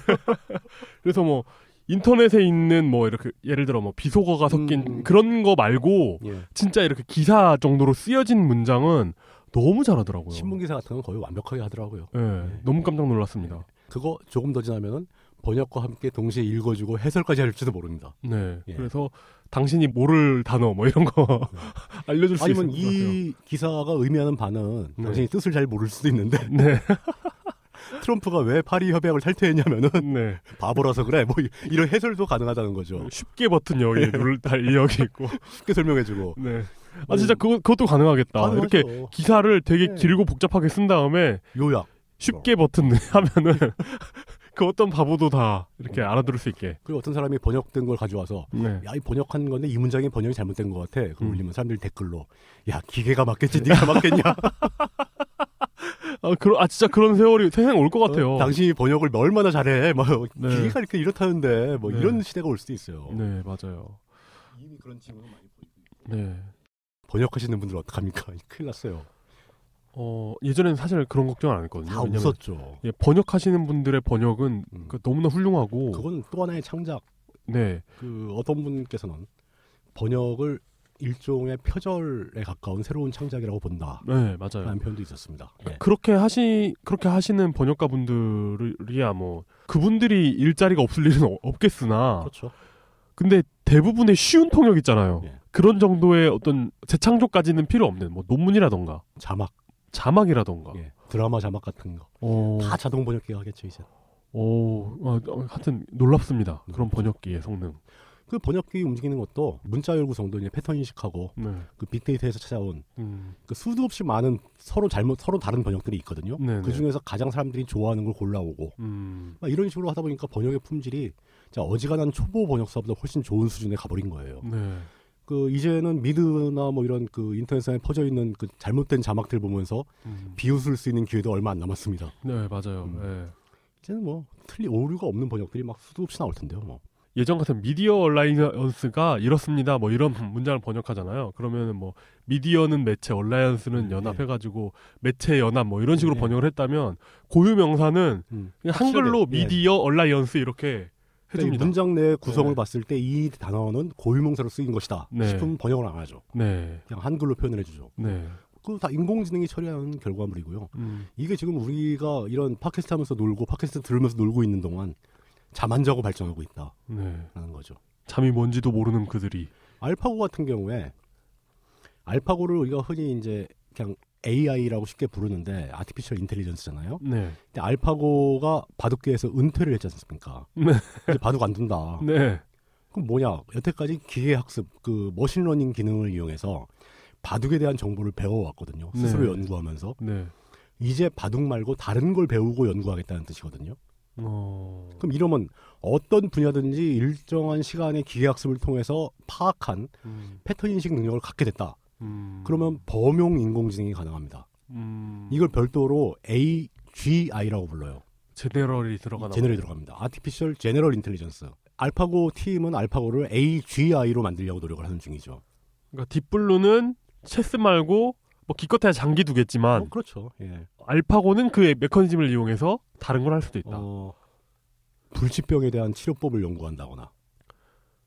S1: 그래서 뭐 인터넷에 있는 뭐 이렇게 예를 들어 뭐 비속어가 섞인
S2: 음.
S1: 그런 거 말고
S2: 예.
S1: 진짜 이렇게 기사 정도로 쓰여진 문장은 너무 잘하더라고요.
S2: 신문 기사 같은 건 거의 완벽하게 하더라고요.
S1: 예, 너무 깜짝 놀랐습니다.
S2: 그거 조금 더 지나면은 번역과 함께 동시에 읽어주고 해설까지 할지도 모릅니다.
S1: 네.
S2: 예.
S1: 그래서 당신이 모를 단어 뭐 이런 거 (laughs) 알려줄 수 있을
S2: 아니면
S1: 것 같아요.
S2: 이 기사가 의미하는 바는
S1: 네.
S2: 당신이 뜻을 잘 모를 수도 있는데
S1: (laughs)
S2: (laughs)
S1: 네,
S2: 트럼프가 왜 파리 협약을 탈퇴했냐면은 (laughs)
S1: 네.
S2: 바보라서 그래 뭐 이- 이런 해설도 가능하다는 거죠.
S1: 쉽게 버튼 여기 누를 달 여기 있고.
S2: 쉽게 설명해주고
S1: 네. 아 진짜 그거 그것도 가능하겠다.
S2: 가능하죠.
S1: 아, 이렇게 기사를 되게
S2: 네.
S1: 길고 복잡하게 쓴 다음에
S2: 요약
S1: 쉽게 버튼 (laughs) 하면은 그 어떤 바보도 다 이렇게 알아들을 수 있게.
S2: 그리고 어떤 사람이 번역된 걸 가져와서
S1: 네.
S2: 야 이 번역한 건데 이 문장이 번역이 잘못된 것 같아.
S1: 음.
S2: 그걸 올리면 사람들이 댓글로 야 기계가 맞겠지 네가 맞겠냐.
S1: 아, 그러, 아 진짜 그런 세월이 세상 올 것 (laughs) 같아요.
S2: 어, 당신이 번역을 얼마나 잘해. 막
S1: 네.
S2: 기계가 이렇게 이렇다는데 뭐
S1: 네.
S2: 이런 시대가 올 수도 있어요.
S1: 네, 맞아요.
S2: 이미 그런 징후는 많이 보이고.
S1: 네.
S2: 번역하시는 분들 은 어떡합니까? (laughs) 큰일 났어요.
S1: 어, 예전에는 사실 그런 걱정 안 했거든요.
S2: 다
S1: 네, 왜냐면
S2: 웃었죠.
S1: 예, 번역하시는 분들의 번역은
S2: 음.
S1: 그 너무나 훌륭하고
S2: 그건 또 하나의 창작.
S1: 네.
S2: 그 어떤 분께서는 번역을 일종의 표절에 가까운 새로운 창작이라고 본다라는
S1: 네, 맞아요.
S2: 표현도 있었습니다. 예.
S1: 그렇게 하시 그렇게 하시는 번역가분들이야 뭐 그분들이 일자리가 없을 일은 어- 없겠으나
S2: 그렇죠.
S1: 근데 대부분의 쉬운 통역 있잖아요.
S2: 예.
S1: 그런 정도의 어떤 재창조까지는 필요 없는 뭐 논문이라던가
S2: 자막,
S1: 자막이라던가
S2: 예. 드라마 자막 같은 거 다
S1: 어,
S2: 자동 번역기가 하겠죠 이제.
S1: 어, 아, 어, 하여튼 놀랍습니다. 그런
S2: 놀랍죠.
S1: 번역기의 성능.
S2: 그 번역기 움직이는 것도 문자 열구 성도 이제 패턴 인식하고
S1: 네.
S2: 그 빅데이터에서 찾아온
S1: 음,
S2: 그 수도 없이 많은 서로 잘못 서로 다른 번역들이 있거든요.
S1: 음, 네네.
S2: 그 중에서 가장 사람들이 좋아하는 걸 골라오고
S1: 음,
S2: 막 이런 식으로 하다 보니까 번역의 품질이 진짜 어지간한 초보 번역사보다 훨씬 좋은 수준에 가버린 거예요.
S1: 네.
S2: 그 이제는 미드나 뭐 이런 그 인터넷상에 퍼져 있는 그 잘못된 자막들 보면서
S1: 음,
S2: 비웃을 수 있는 기회도 얼마 안 남았습니다.
S1: 네, 맞아요.
S2: 음.
S1: 예.
S2: 이제는 뭐 틀리 오류가 없는 번역들이 막 수도 없이 나올 텐데요. 뭐
S1: 예전 같은 미디어 얼라이언스가 이렇습니다. 뭐 이런 (laughs) 문장을 번역하잖아요. 그러면 뭐 미디어는 매체, 얼라이언스는
S2: 네.
S1: 연합해가지고 매체 연합 뭐 이런 식으로
S2: 네.
S1: 번역을 했다면 고유 명사는
S2: 음.
S1: 그냥 한글로
S2: 네.
S1: 미디어 얼라이언스 이렇게
S2: 그러니까 이
S1: 해줍니다.
S2: 문장 내 구성을
S1: 네.
S2: 봤을 때 이 단어는 고유명사로 쓰인 것이다
S1: 네.
S2: 싶으면 번역을 안 하죠.
S1: 네,
S2: 그냥 한글로 표현을 해주죠.
S1: 네,
S2: 그거 다 인공지능이 처리하는 결과물이고요.
S1: 음,
S2: 이게 지금 우리가 이런 팟캐스트 하면서 놀고 팟캐스트 들으면서 놀고 있는 동안 잠 안 자고 발전하고 있다라는
S1: 네.
S2: 거죠.
S1: 잠이 뭔지도 모르는 그들이.
S2: 알파고 같은 경우에 알파고를 우리가 흔히 이제 그냥 AI라고 쉽게 부르는데 아티피셜 인텔리전스잖아요.
S1: 네,
S2: 근데 알파고가 바둑계에서 은퇴를 했지 않습니까?
S1: 네.
S2: 이제 바둑 안 둔다.
S1: 네,
S2: 그럼 뭐냐? 여태까지 기계 학습 그 머신러닝 기능을 이용해서 바둑에 대한 정보를 배워왔거든요. 스스로
S1: 네.
S2: 연구하면서
S1: 네.
S2: 이제 바둑 말고 다른 걸 배우고 연구하겠다는 뜻이거든요.
S1: 어,
S2: 그럼 이러면 어떤 분야든지 일정한 시간의 기계학습을 통해서 파악한
S1: 음,
S2: 패턴 인식 능력을 갖게 됐다.
S1: 음,
S2: 그러면 범용 인공지능이 가능합니다.
S1: 음,
S2: 이걸 별도로 AGI라고 불러요.
S1: 제네럴이 들어가나?
S2: 제너럴이 들어갑니다. Artificial General Intelligence. 알파고 팀은 알파고를 AGI로 만들려고 노력을 하는 중이죠.
S1: 그러니까 딥블루는 체스 말고 뭐 기껏해야 장기 두겠지만
S2: 어, 그렇죠. 예.
S1: 알파고는 그 메커니즘을 이용해서 다른 걸 할 수도 있다.
S2: 어, 불치병에 대한 치료법을 연구한다거나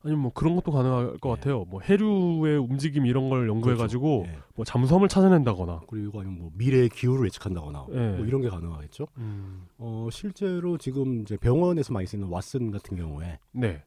S1: 아니면 뭐 그런 것도 가능할 것
S2: 예.
S1: 같아요. 뭐 해류의 움직임 이런 걸 연구해가지고
S2: 그렇죠. 예.
S1: 뭐 잠수함을 찾아낸다거나.
S2: 그리고 아니면 뭐 미래의 기후를 예측한다거나
S1: 예.
S2: 뭐 이런 게 가능하겠죠.
S1: 음,
S2: 어, 실제로 지금 이제 병원에서 많이 쓰는 왓슨 같은 경우에
S1: 네.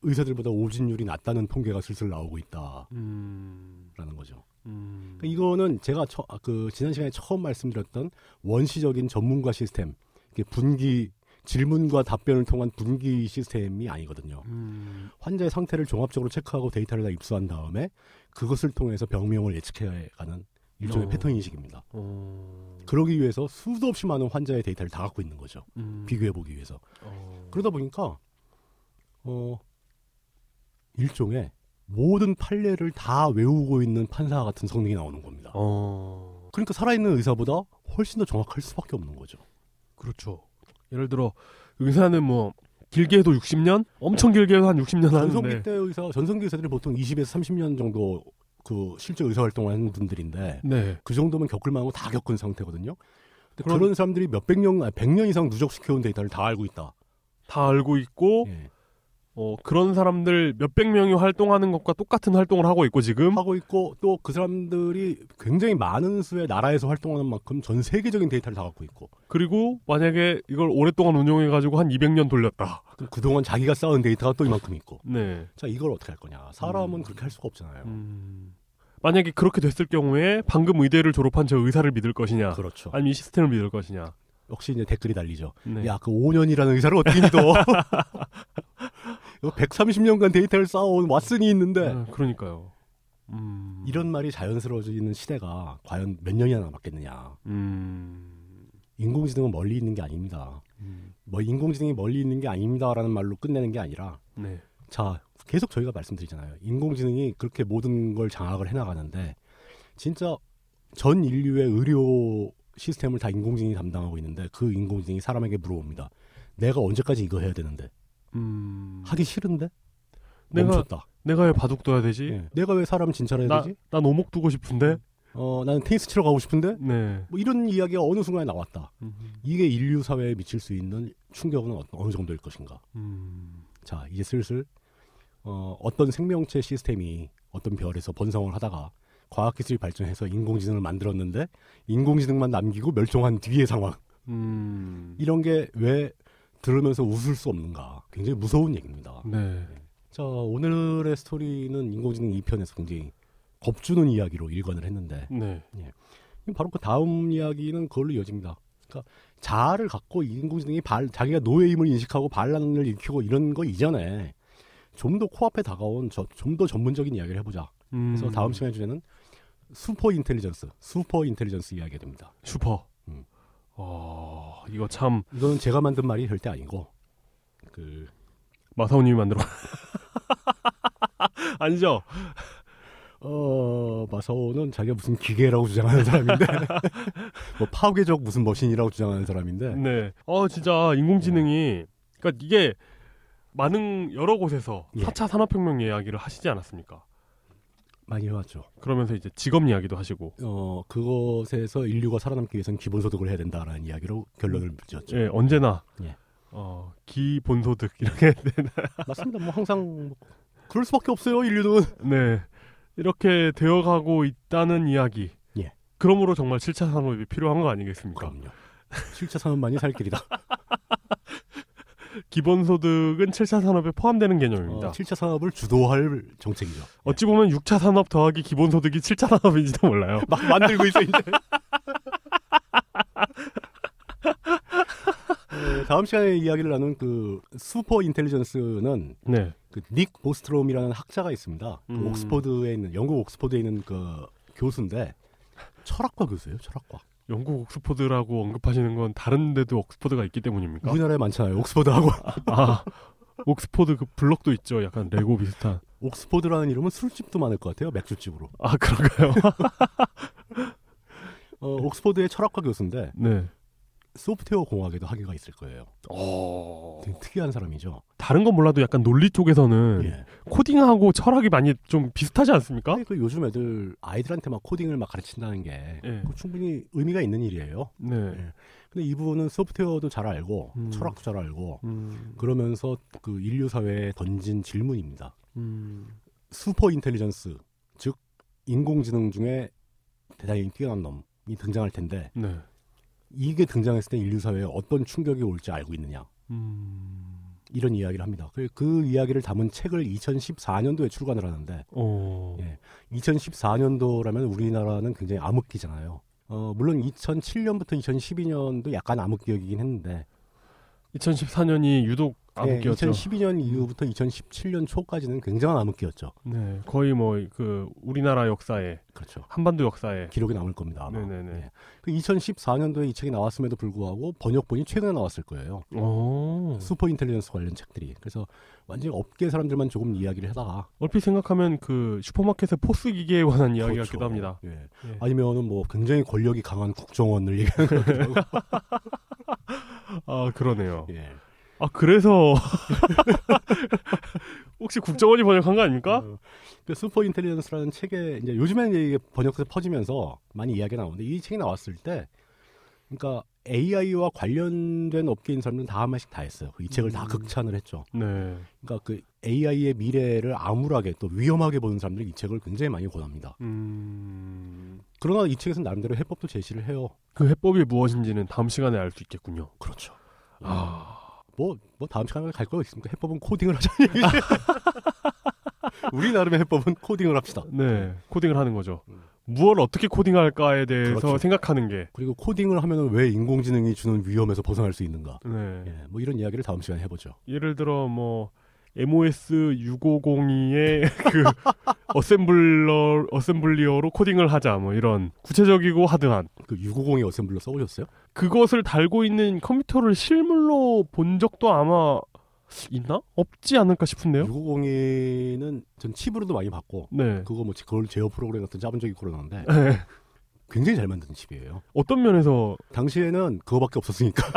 S2: 의사들보다 오진율이 낮다는 통계가 슬슬 나오고 있다라는
S1: 음,
S2: 거죠.
S1: 음,
S2: 그러니까 이거는 제가 처- 아, 그 지난 시간에 처음 말씀드렸던 원시적인 전문가 시스템, 이게 분기 질문과 답변을 통한 분기 시스템이 아니거든요.
S1: 음,
S2: 환자의 상태를 종합적으로 체크하고 데이터를 다 입수한 다음에 그것을 통해서 병명을 예측해가는 일종의
S1: 어.
S2: 패턴 인식입니다.
S1: 어,
S2: 그러기 위해서 수도 없이 많은 환자의 데이터를 다 갖고 있는 거죠.
S1: 음,
S2: 비교해 보기 위해서.
S1: 어,
S2: 그러다 보니까 어 일종의 모든 판례를 다 외우고 있는 판사 같은 성능이 나오는 겁니다.
S1: 어,
S2: 그러니까 살아있는 의사보다 훨씬 더 정확할 수밖에 없는 거죠.
S1: 그렇죠. 예를 들어 의사는 뭐 길게 해도 60년, 엄청 길게 해도 한 네. 60년
S2: 전성기
S1: 하는데.
S2: 때 의사, 전성기 의사들이 보통 20에서 30년 정도 그 실제 의사 활동을 하는 분들인데
S1: 네.
S2: 그 정도면 겪을 만한 거 다 겪은 상태거든요. 근데
S1: 그럼-
S2: 그런 사람들이 몇백 년, 아니, 100년 이상 누적시켜온 데이터를 다 알고 있다.
S1: 어? 다 알고 있고
S2: 예.
S1: 어, 그런 사람들 몇백 명이 활동하는 것과 똑같은 활동을 하고 있고 지금
S2: 하고 있고 또 그 사람들이 굉장히 많은 수의 나라에서 활동하는 만큼 전 세계적인 데이터를 다 갖고 있고
S1: 그리고 만약에 이걸 오랫동안 운영해 가지고 한 200년 돌렸다.
S2: 그럼 그동안 자기가 쌓은 데이터가 또 이만큼 있고
S1: 네.
S2: 자 이걸 어떻게 할 거냐 사람은
S1: 음.
S2: 그렇게 할 수가 없잖아요
S1: 음. 만약에 그렇게 됐을 경우에 방금 의대를 졸업한 저 의사를 믿을 것이냐
S2: 그렇죠
S1: 아니면 이 시스템을 믿을 것이냐.
S2: 역시 이제 댓글이 달리죠
S1: 네.
S2: 야 그 5년이라는 의사를 어떻게 믿어
S1: (laughs)
S2: 130년간 데이터를 쌓아온 왓슨이 있는데
S1: 아, 그러니까요. 음.
S2: 이런 말이 자연스러워지는 시대가 과연 몇 년이나 남았겠느냐
S1: 음.
S2: 인공지능은 멀리 있는 게 아닙니다
S1: 음.
S2: 뭐 인공지능이 멀리 있는 게 아닙니다라는 말로 끝내는 게 아니라
S1: 네.
S2: 자, 계속 저희가 말씀드리잖아요. 인공지능이 그렇게 모든 걸 장악을 해나가는데 진짜 전 인류의 의료 시스템을 다 인공지능이 담당하고 있는데 그 인공지능이 사람에게 물어봅니다. 내가 언제까지 이거 해야 되는데
S1: 음.
S2: 하기 싫은데
S1: 내가
S2: 멈췄다.
S1: 내가 왜 바둑 둬야 되지?
S2: 예. 내가 왜 사람 진찰해야
S1: 나,
S2: 되지?
S1: 난 오목 두고 싶은데.
S2: 어, 나는 테니스 치러 가고 싶은데
S1: 네.
S2: 뭐 이런 이야기가 어느 순간에 나왔다.
S1: 음.
S2: 이게 인류 사회에 미칠 수 있는 충격은 어- 어느 정도일 것인가?
S1: 음.
S2: 자 이제 슬슬 어, 어떤 생명체 시스템이 어떤 별에서 번성을 하다가 과학기술이 발전해서 인공지능을 만들었는데 인공지능만 남기고 멸종한 뒤의 상황
S1: 음.
S2: 이런 게 왜 들으면서 웃을 수 없는가 굉장히 무서운 얘기입니다
S1: 네.
S2: 자 오늘의 스토리는 인공지능 2편에서 굉장히 겁주는 이야기로 일관을 했는데
S1: 네.
S2: 바로 그 다음 이야기는 그걸로 이어집니다 그러니까 자아를 갖고 인공지능이 발- 자기가 노예임을 인식하고 반란을 일으키고 이런 거 이전에 좀 더 코앞에 다가온 좀 더 전문적인 이야기를 해보자.
S1: 음.
S2: 그래서 다음 시간에 주제는 슈퍼 인텔리전스, 슈퍼 인텔리전스 이야기가 됩니다.
S1: 슈퍼.
S2: 음.
S1: 어, 이거 참
S2: 이건 제가 만든 말이 절대 아니고 그
S1: 마사오님이 만들어. (laughs) 아니죠?
S2: 어, 마사오는 자기가 무슨 기계라고 주장하는 사람인데 (laughs) 뭐 파괴적 무슨 머신이라고 주장하는 사람인데
S1: 네. 어, 진짜
S2: 네.
S1: 인공지능이 그러니까 이게 많은 여러 곳에서
S2: 예.
S1: 4차 산업혁명 이야기를 하시지 않았습니까?
S2: 많이 해왔죠.
S1: 그러면서 이제 직업 이야기도 하시고
S2: 어, 그것에서 인류가 살아남기 위해서는 기본소득을 해야 된다라는 이야기로 결론을 지었죠.
S1: 예, 언제나
S2: 예.
S1: 어, 기본소득 이렇게 (laughs)
S2: 맞습니다. 뭐 항상 뭐 그럴 수밖에 없어요. 인류는
S1: 네. 이렇게 되어가고 있다는 이야기.
S2: 예.
S1: 그러므로 정말 7차 산업이 필요한 거 아니겠습니까?
S2: 그럼요. 7차 산업만이 살 (laughs) 길이다.
S1: 기본소득은 7차 산업에 포함되는 개념입니다.
S2: 어, 7차 산업을 주도할 정책이죠. 예.
S1: 어찌 보면 6차 산업 더하기 기본소득이 7차 산업인지도
S2: (laughs)
S1: 몰라요.
S2: (laughs) 막 만들고 있어 이제. 어, 다음 시간에 이야기를 나눈 그 슈퍼 인텔리전스는
S1: 네.
S2: 그 닉 보스트롬이라는 학자가 있습니다. 그
S1: 음.
S2: 옥스퍼드에 있는 영국 옥스퍼드에 있는 그 교수인데 철학과 교수예요. 철학과.
S1: 영국 옥스퍼드라고 언급하시는 건 다른 데도 옥스퍼드가 있기 때문입니까?
S2: 우리나라에 많잖아요. 옥스퍼드하고 (laughs)
S1: 아, 옥스퍼드 그 블럭도 있죠. 약간 레고 비슷한.
S2: 옥스퍼드라는 이름은 술집도 많을 것 같아요. 맥주집으로.
S1: 아, 그런가요?
S2: (laughs) 어, 옥스퍼드의 철학과 교수인데
S1: 네.
S2: 소프트웨어 공학에도 학위가 있을 거예요. 되게 특이한 사람이죠.
S1: 다른 건 몰라도 약간 논리 쪽에서는
S2: 예.
S1: 코딩하고 철학이 많이 좀 비슷하지 않습니까?
S2: 아니, 그 요즘 애들 아이들한테 막 코딩을 막 가르친다는 게
S1: 예.
S2: 그거 충분히 의미가 있는 일이에요.
S1: 네.
S2: 근데 이분은 소프트웨어도 잘 알고
S1: 음.
S2: 철학도 잘 알고
S1: 음,
S2: 그러면서 그 인류 사회에 던진 질문입니다.
S1: 음,
S2: 슈퍼 인텔리전스 즉 인공지능 중에 대단히 뛰어난 놈이 등장할 텐데
S1: 네.
S2: 이게 등장했을 때 인류 사회에 어떤 충격이 올지 알고 있느냐
S1: 음,
S2: 이런 이야기를 합니다. 그, 그 이야기를 담은 책을 2014년도에 출간을 하는데
S1: 어,
S2: 예. 2014년도라면 우리나라는 굉장히 암흑기잖아요. 어, 물론 예, 2007년부터 2012년도 약간 암흑기억이긴 했는데
S1: 2014년이 유독
S2: 네,
S1: 암흑기였죠.
S2: 2012년 이후부터 2017년 초까지는 굉장한 암흑기였죠.
S1: 네, 거의 뭐 그 우리나라 역사에
S2: 그렇죠.
S1: 한반도 역사에
S2: 기록이 남을 겁니다. 아마.
S1: 네네네.
S2: 예. 그 2014년도에 이 책이 나왔음에도 불구하고 번역본이 최근에 나왔을 거예요.
S1: 오.
S2: 슈퍼 인텔리전스 관련 책들이. 그래서 완전히 업계 사람들만 조금 이야기를 하다가
S1: 얼핏 생각하면 그 슈퍼마켓의 포스 기계에 관한 이야기 같기도
S2: 그렇죠.
S1: 합니다.
S2: 예.
S1: 예.
S2: 아니면은 뭐 굉장히 권력이 강한
S1: (laughs)
S2: 국정원을 얘기하는
S1: 아 그러네요.
S2: 예.
S1: 아 (laughs) 그래서 혹시 국정원이 번역한 거 아닙니까?
S2: 어, 그 슈퍼 인텔리전스라는 책에 이제 요즘에는 이게 번역돼서 퍼지면서 많이 이야기가 나오는데 이 책이 나왔을 때 그러니까 AI와 관련된 업계인 사람들은 다 한 번씩 다 했어요. 이 책을 다
S1: 음.
S2: 극찬을 했죠.
S1: 네.
S2: 그러니까 그 AI의 미래를 암울하게 또 위험하게 보는 사람들이 이 책을 굉장히 많이 권합니다.
S1: 음.
S2: 그러나 이 책에서는 나름대로 해법도 제시를 해요.
S1: 그 해법이 무엇인지는 다음 시간에 알 수 있겠군요.
S2: 그렇죠.
S1: 아.
S2: 뭐, 뭐 다음 시간에 갈 거 있습니까? 해법은 코딩을 하자는 (laughs) 얘기죠. 우리 나름의 해법은 코딩을 합시다.
S1: 네. 코딩을 하는 거죠. 무엇을 어떻게 코딩할까에 대해서
S2: 그렇죠.
S1: 생각하는 게.
S2: 그리고 코딩을 하면 왜 인공지능이 주는 위험에서 벗어날 수 있는가?
S1: 네.
S2: 예, 뭐 이런 이야기를 다음 시간에 해보죠.
S1: 예를 들어 뭐 MOS 6502의 (laughs) 그 어셈블러 어셈블리어로 코딩을 하자 뭐 이런 구체적이고 하드한
S2: 그 650의 어셈블러 써보셨어요?
S1: 그것을 달고 있는 컴퓨터를 실물로 본 적도 아마 있나? 없지 않을까 싶은데요.
S2: 650이는 전 칩으로도 많이 봤고
S1: 네.
S2: 그거 뭐 그걸 제어 프로그램 같은 짜본 적이 그러는데
S1: 네.
S2: 굉장히 잘 만든 칩이에요.
S1: 어떤 면에서
S2: 당시에는 그거밖에 없었으니까. (laughs)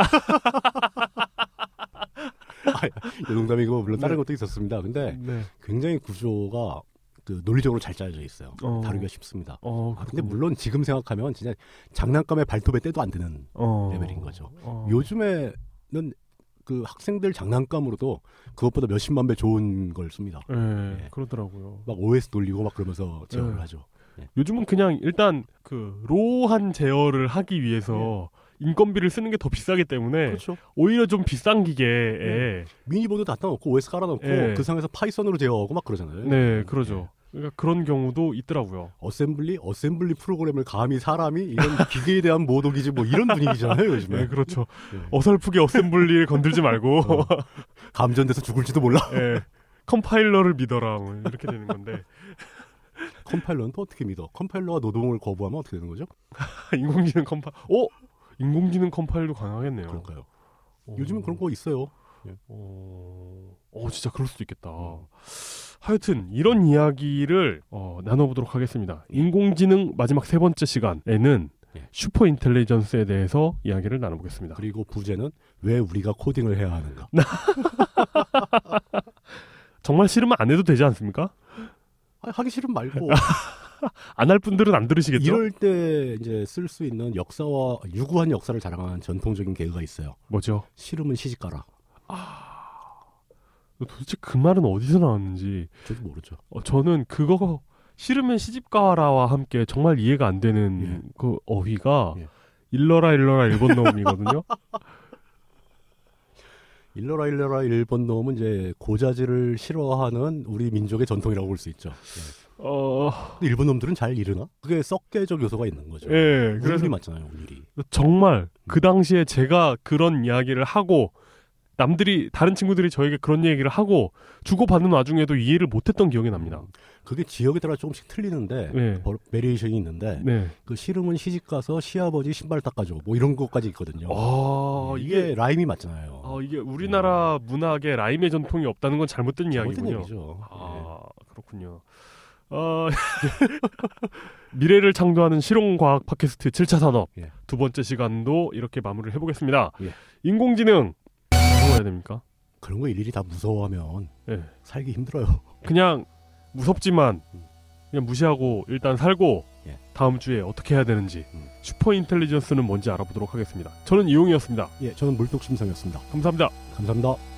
S2: 아, 이 농담이고 물론 다른
S1: 네.
S2: 것도 있었습니다. 근데
S1: 네.
S2: 굉장히 구조가 그 논리적으로 잘 짜여져 있어요.
S1: 어.
S2: 다루기가 쉽습니다.
S1: 어,
S2: 아, 근데 물론 지금 생각하면 진짜 장난감의 발톱에 때도 안 되는
S1: 어,
S2: 레벨인 거죠.
S1: 어.
S2: 요즘에는 그 학생들 장난감으로도 그것보다 몇십만 배 좋은 걸 씁니다.
S1: 예,
S2: 예.
S1: 그러더라고요.
S2: 막 OS 돌리고 막 그러면서 제어를
S1: 네.
S2: 하죠.
S1: 요즘은 그냥 일단 그 로한 제어를 하기 위해서 인건비를 쓰는 게 더 비싸기 때문에
S2: 예. 그렇죠. 네.
S1: 오히려 좀 비싼 기계에
S2: 미니보드 다 따놓고 OS 깔아놓고
S1: 예.
S2: 그 상에서 파이썬으로 제어하고 막 그러잖아요.
S1: 네 그러죠. 그러니까 그런 경우도 있더라고요.
S2: 어셈블리, 어셈블리 프로그램을 감히 사람이 이런 기계에 대한 (laughs) 모독이지 뭐 이런 분위기잖아요 요즘에.
S1: 네 그렇죠.
S2: 예.
S1: 어설프게 어셈블리를 건들지 말고
S2: 어.
S1: 그
S2: 감전돼서 죽을지도 몰라.
S1: 예, 컴파일러를 믿어라 뭐 이렇게 되는 건데
S2: 컴파일러는 또 어떻게 믿어? 컴파일러가 노동을 거부하면 어떻게 되는 거죠?
S1: (laughs) 인공지능 컴파 어 인공지능 컴파일도 가능하겠네요.
S2: 그러니까요.
S1: 어.
S2: 요즘은 그런 거 있어요.
S1: 어, 어, 진짜 그럴 수도 있겠다. 하여튼 이런 이야기를 어, 나눠보도록 하겠습니다. 인공지능 마지막 세 번째 시간에는
S2: 예.
S1: 슈퍼 인텔리전스에 대해서 이야기를 나눠보겠습니다.
S2: 그리고 부제는 왜 우리가 코딩을 해야 하는가?
S1: 정말 싫으면 안 해도 되지 않습니까?
S2: 아, 하기 싫으면 (laughs) 말고
S1: 안 할 분들은 안 들으시겠죠?
S2: 이럴 때 이제 쓸 수 있는 역사와 유구한 역사를 자랑하는 전통적인 개그가 있어요.
S1: 뭐죠?
S2: 싫으면 시집 가라.
S1: 도대체 그 말은 어디서 나왔는지
S2: 저도 모르죠.
S1: 어, 저는 그거 싫으면 시집가라와 함께 정말 이해가 안 되는
S2: 예.
S1: 그 어휘가
S2: 예.
S1: 일러라 일러라 일본 놈이거든요.
S2: 일러라 일러라 일본 놈은 이제 고자질을 싫어하는 우리 민족의 전통이라고 볼 수 있죠. 예.
S1: 어,
S2: 근데 일본 놈들은 잘 이르나? 그게 썩개적 요소가 있는 거죠.
S1: 예, 그래서
S2: 운율이 맞잖아요, 운율이.
S1: 정말 그 당시에 제가 그런 이야기를 하고 남들이 다른 친구들이 저에게 그런 얘기를 하고 주고받는 와중에도 이해를 못했던 기억이 납니다.
S2: 그게 지역에 따라 조금씩 틀리는데
S1: 네.
S2: 버- 베리에이션이 있는데
S1: 네.
S2: 그 싫으면 시집 가서 시아버지 신발 닦아줘 뭐 이런 것까지 있거든요.
S1: 아
S2: 예,
S1: 이게
S2: 이게 라임이 맞잖아요.
S1: 아 이게 우리나라 문학에 라임의 전통이 없다는 건 잘못된
S2: 잘못된
S1: 이야기군요.
S2: 얘기죠. 예.
S1: 아 그렇군요. 어, (laughs) 미래를 창조하는 실용과학 팟캐스트 7차 산업
S2: 예.
S1: 두 번째 시간도 이렇게 마무리를 해보겠습니다.
S2: 예.
S1: 인공지능 뭐 해야 됩니까?
S2: 그런 거 일일이 다 무서워하면
S1: 예.
S2: 살기 힘들어요. (laughs)
S1: 그냥 무섭지만
S2: 음.
S1: 그냥 무시하고 일단 살고
S2: 예.
S1: 다음 주에 어떻게 해야 되는지
S2: 음.
S1: 슈퍼 인텔리전스는 뭔지 알아보도록 하겠습니다. 저는 이용이었습니다.
S2: 예, 저는 물독심성이었습니다.
S1: 감사합니다.
S2: 감사합니다.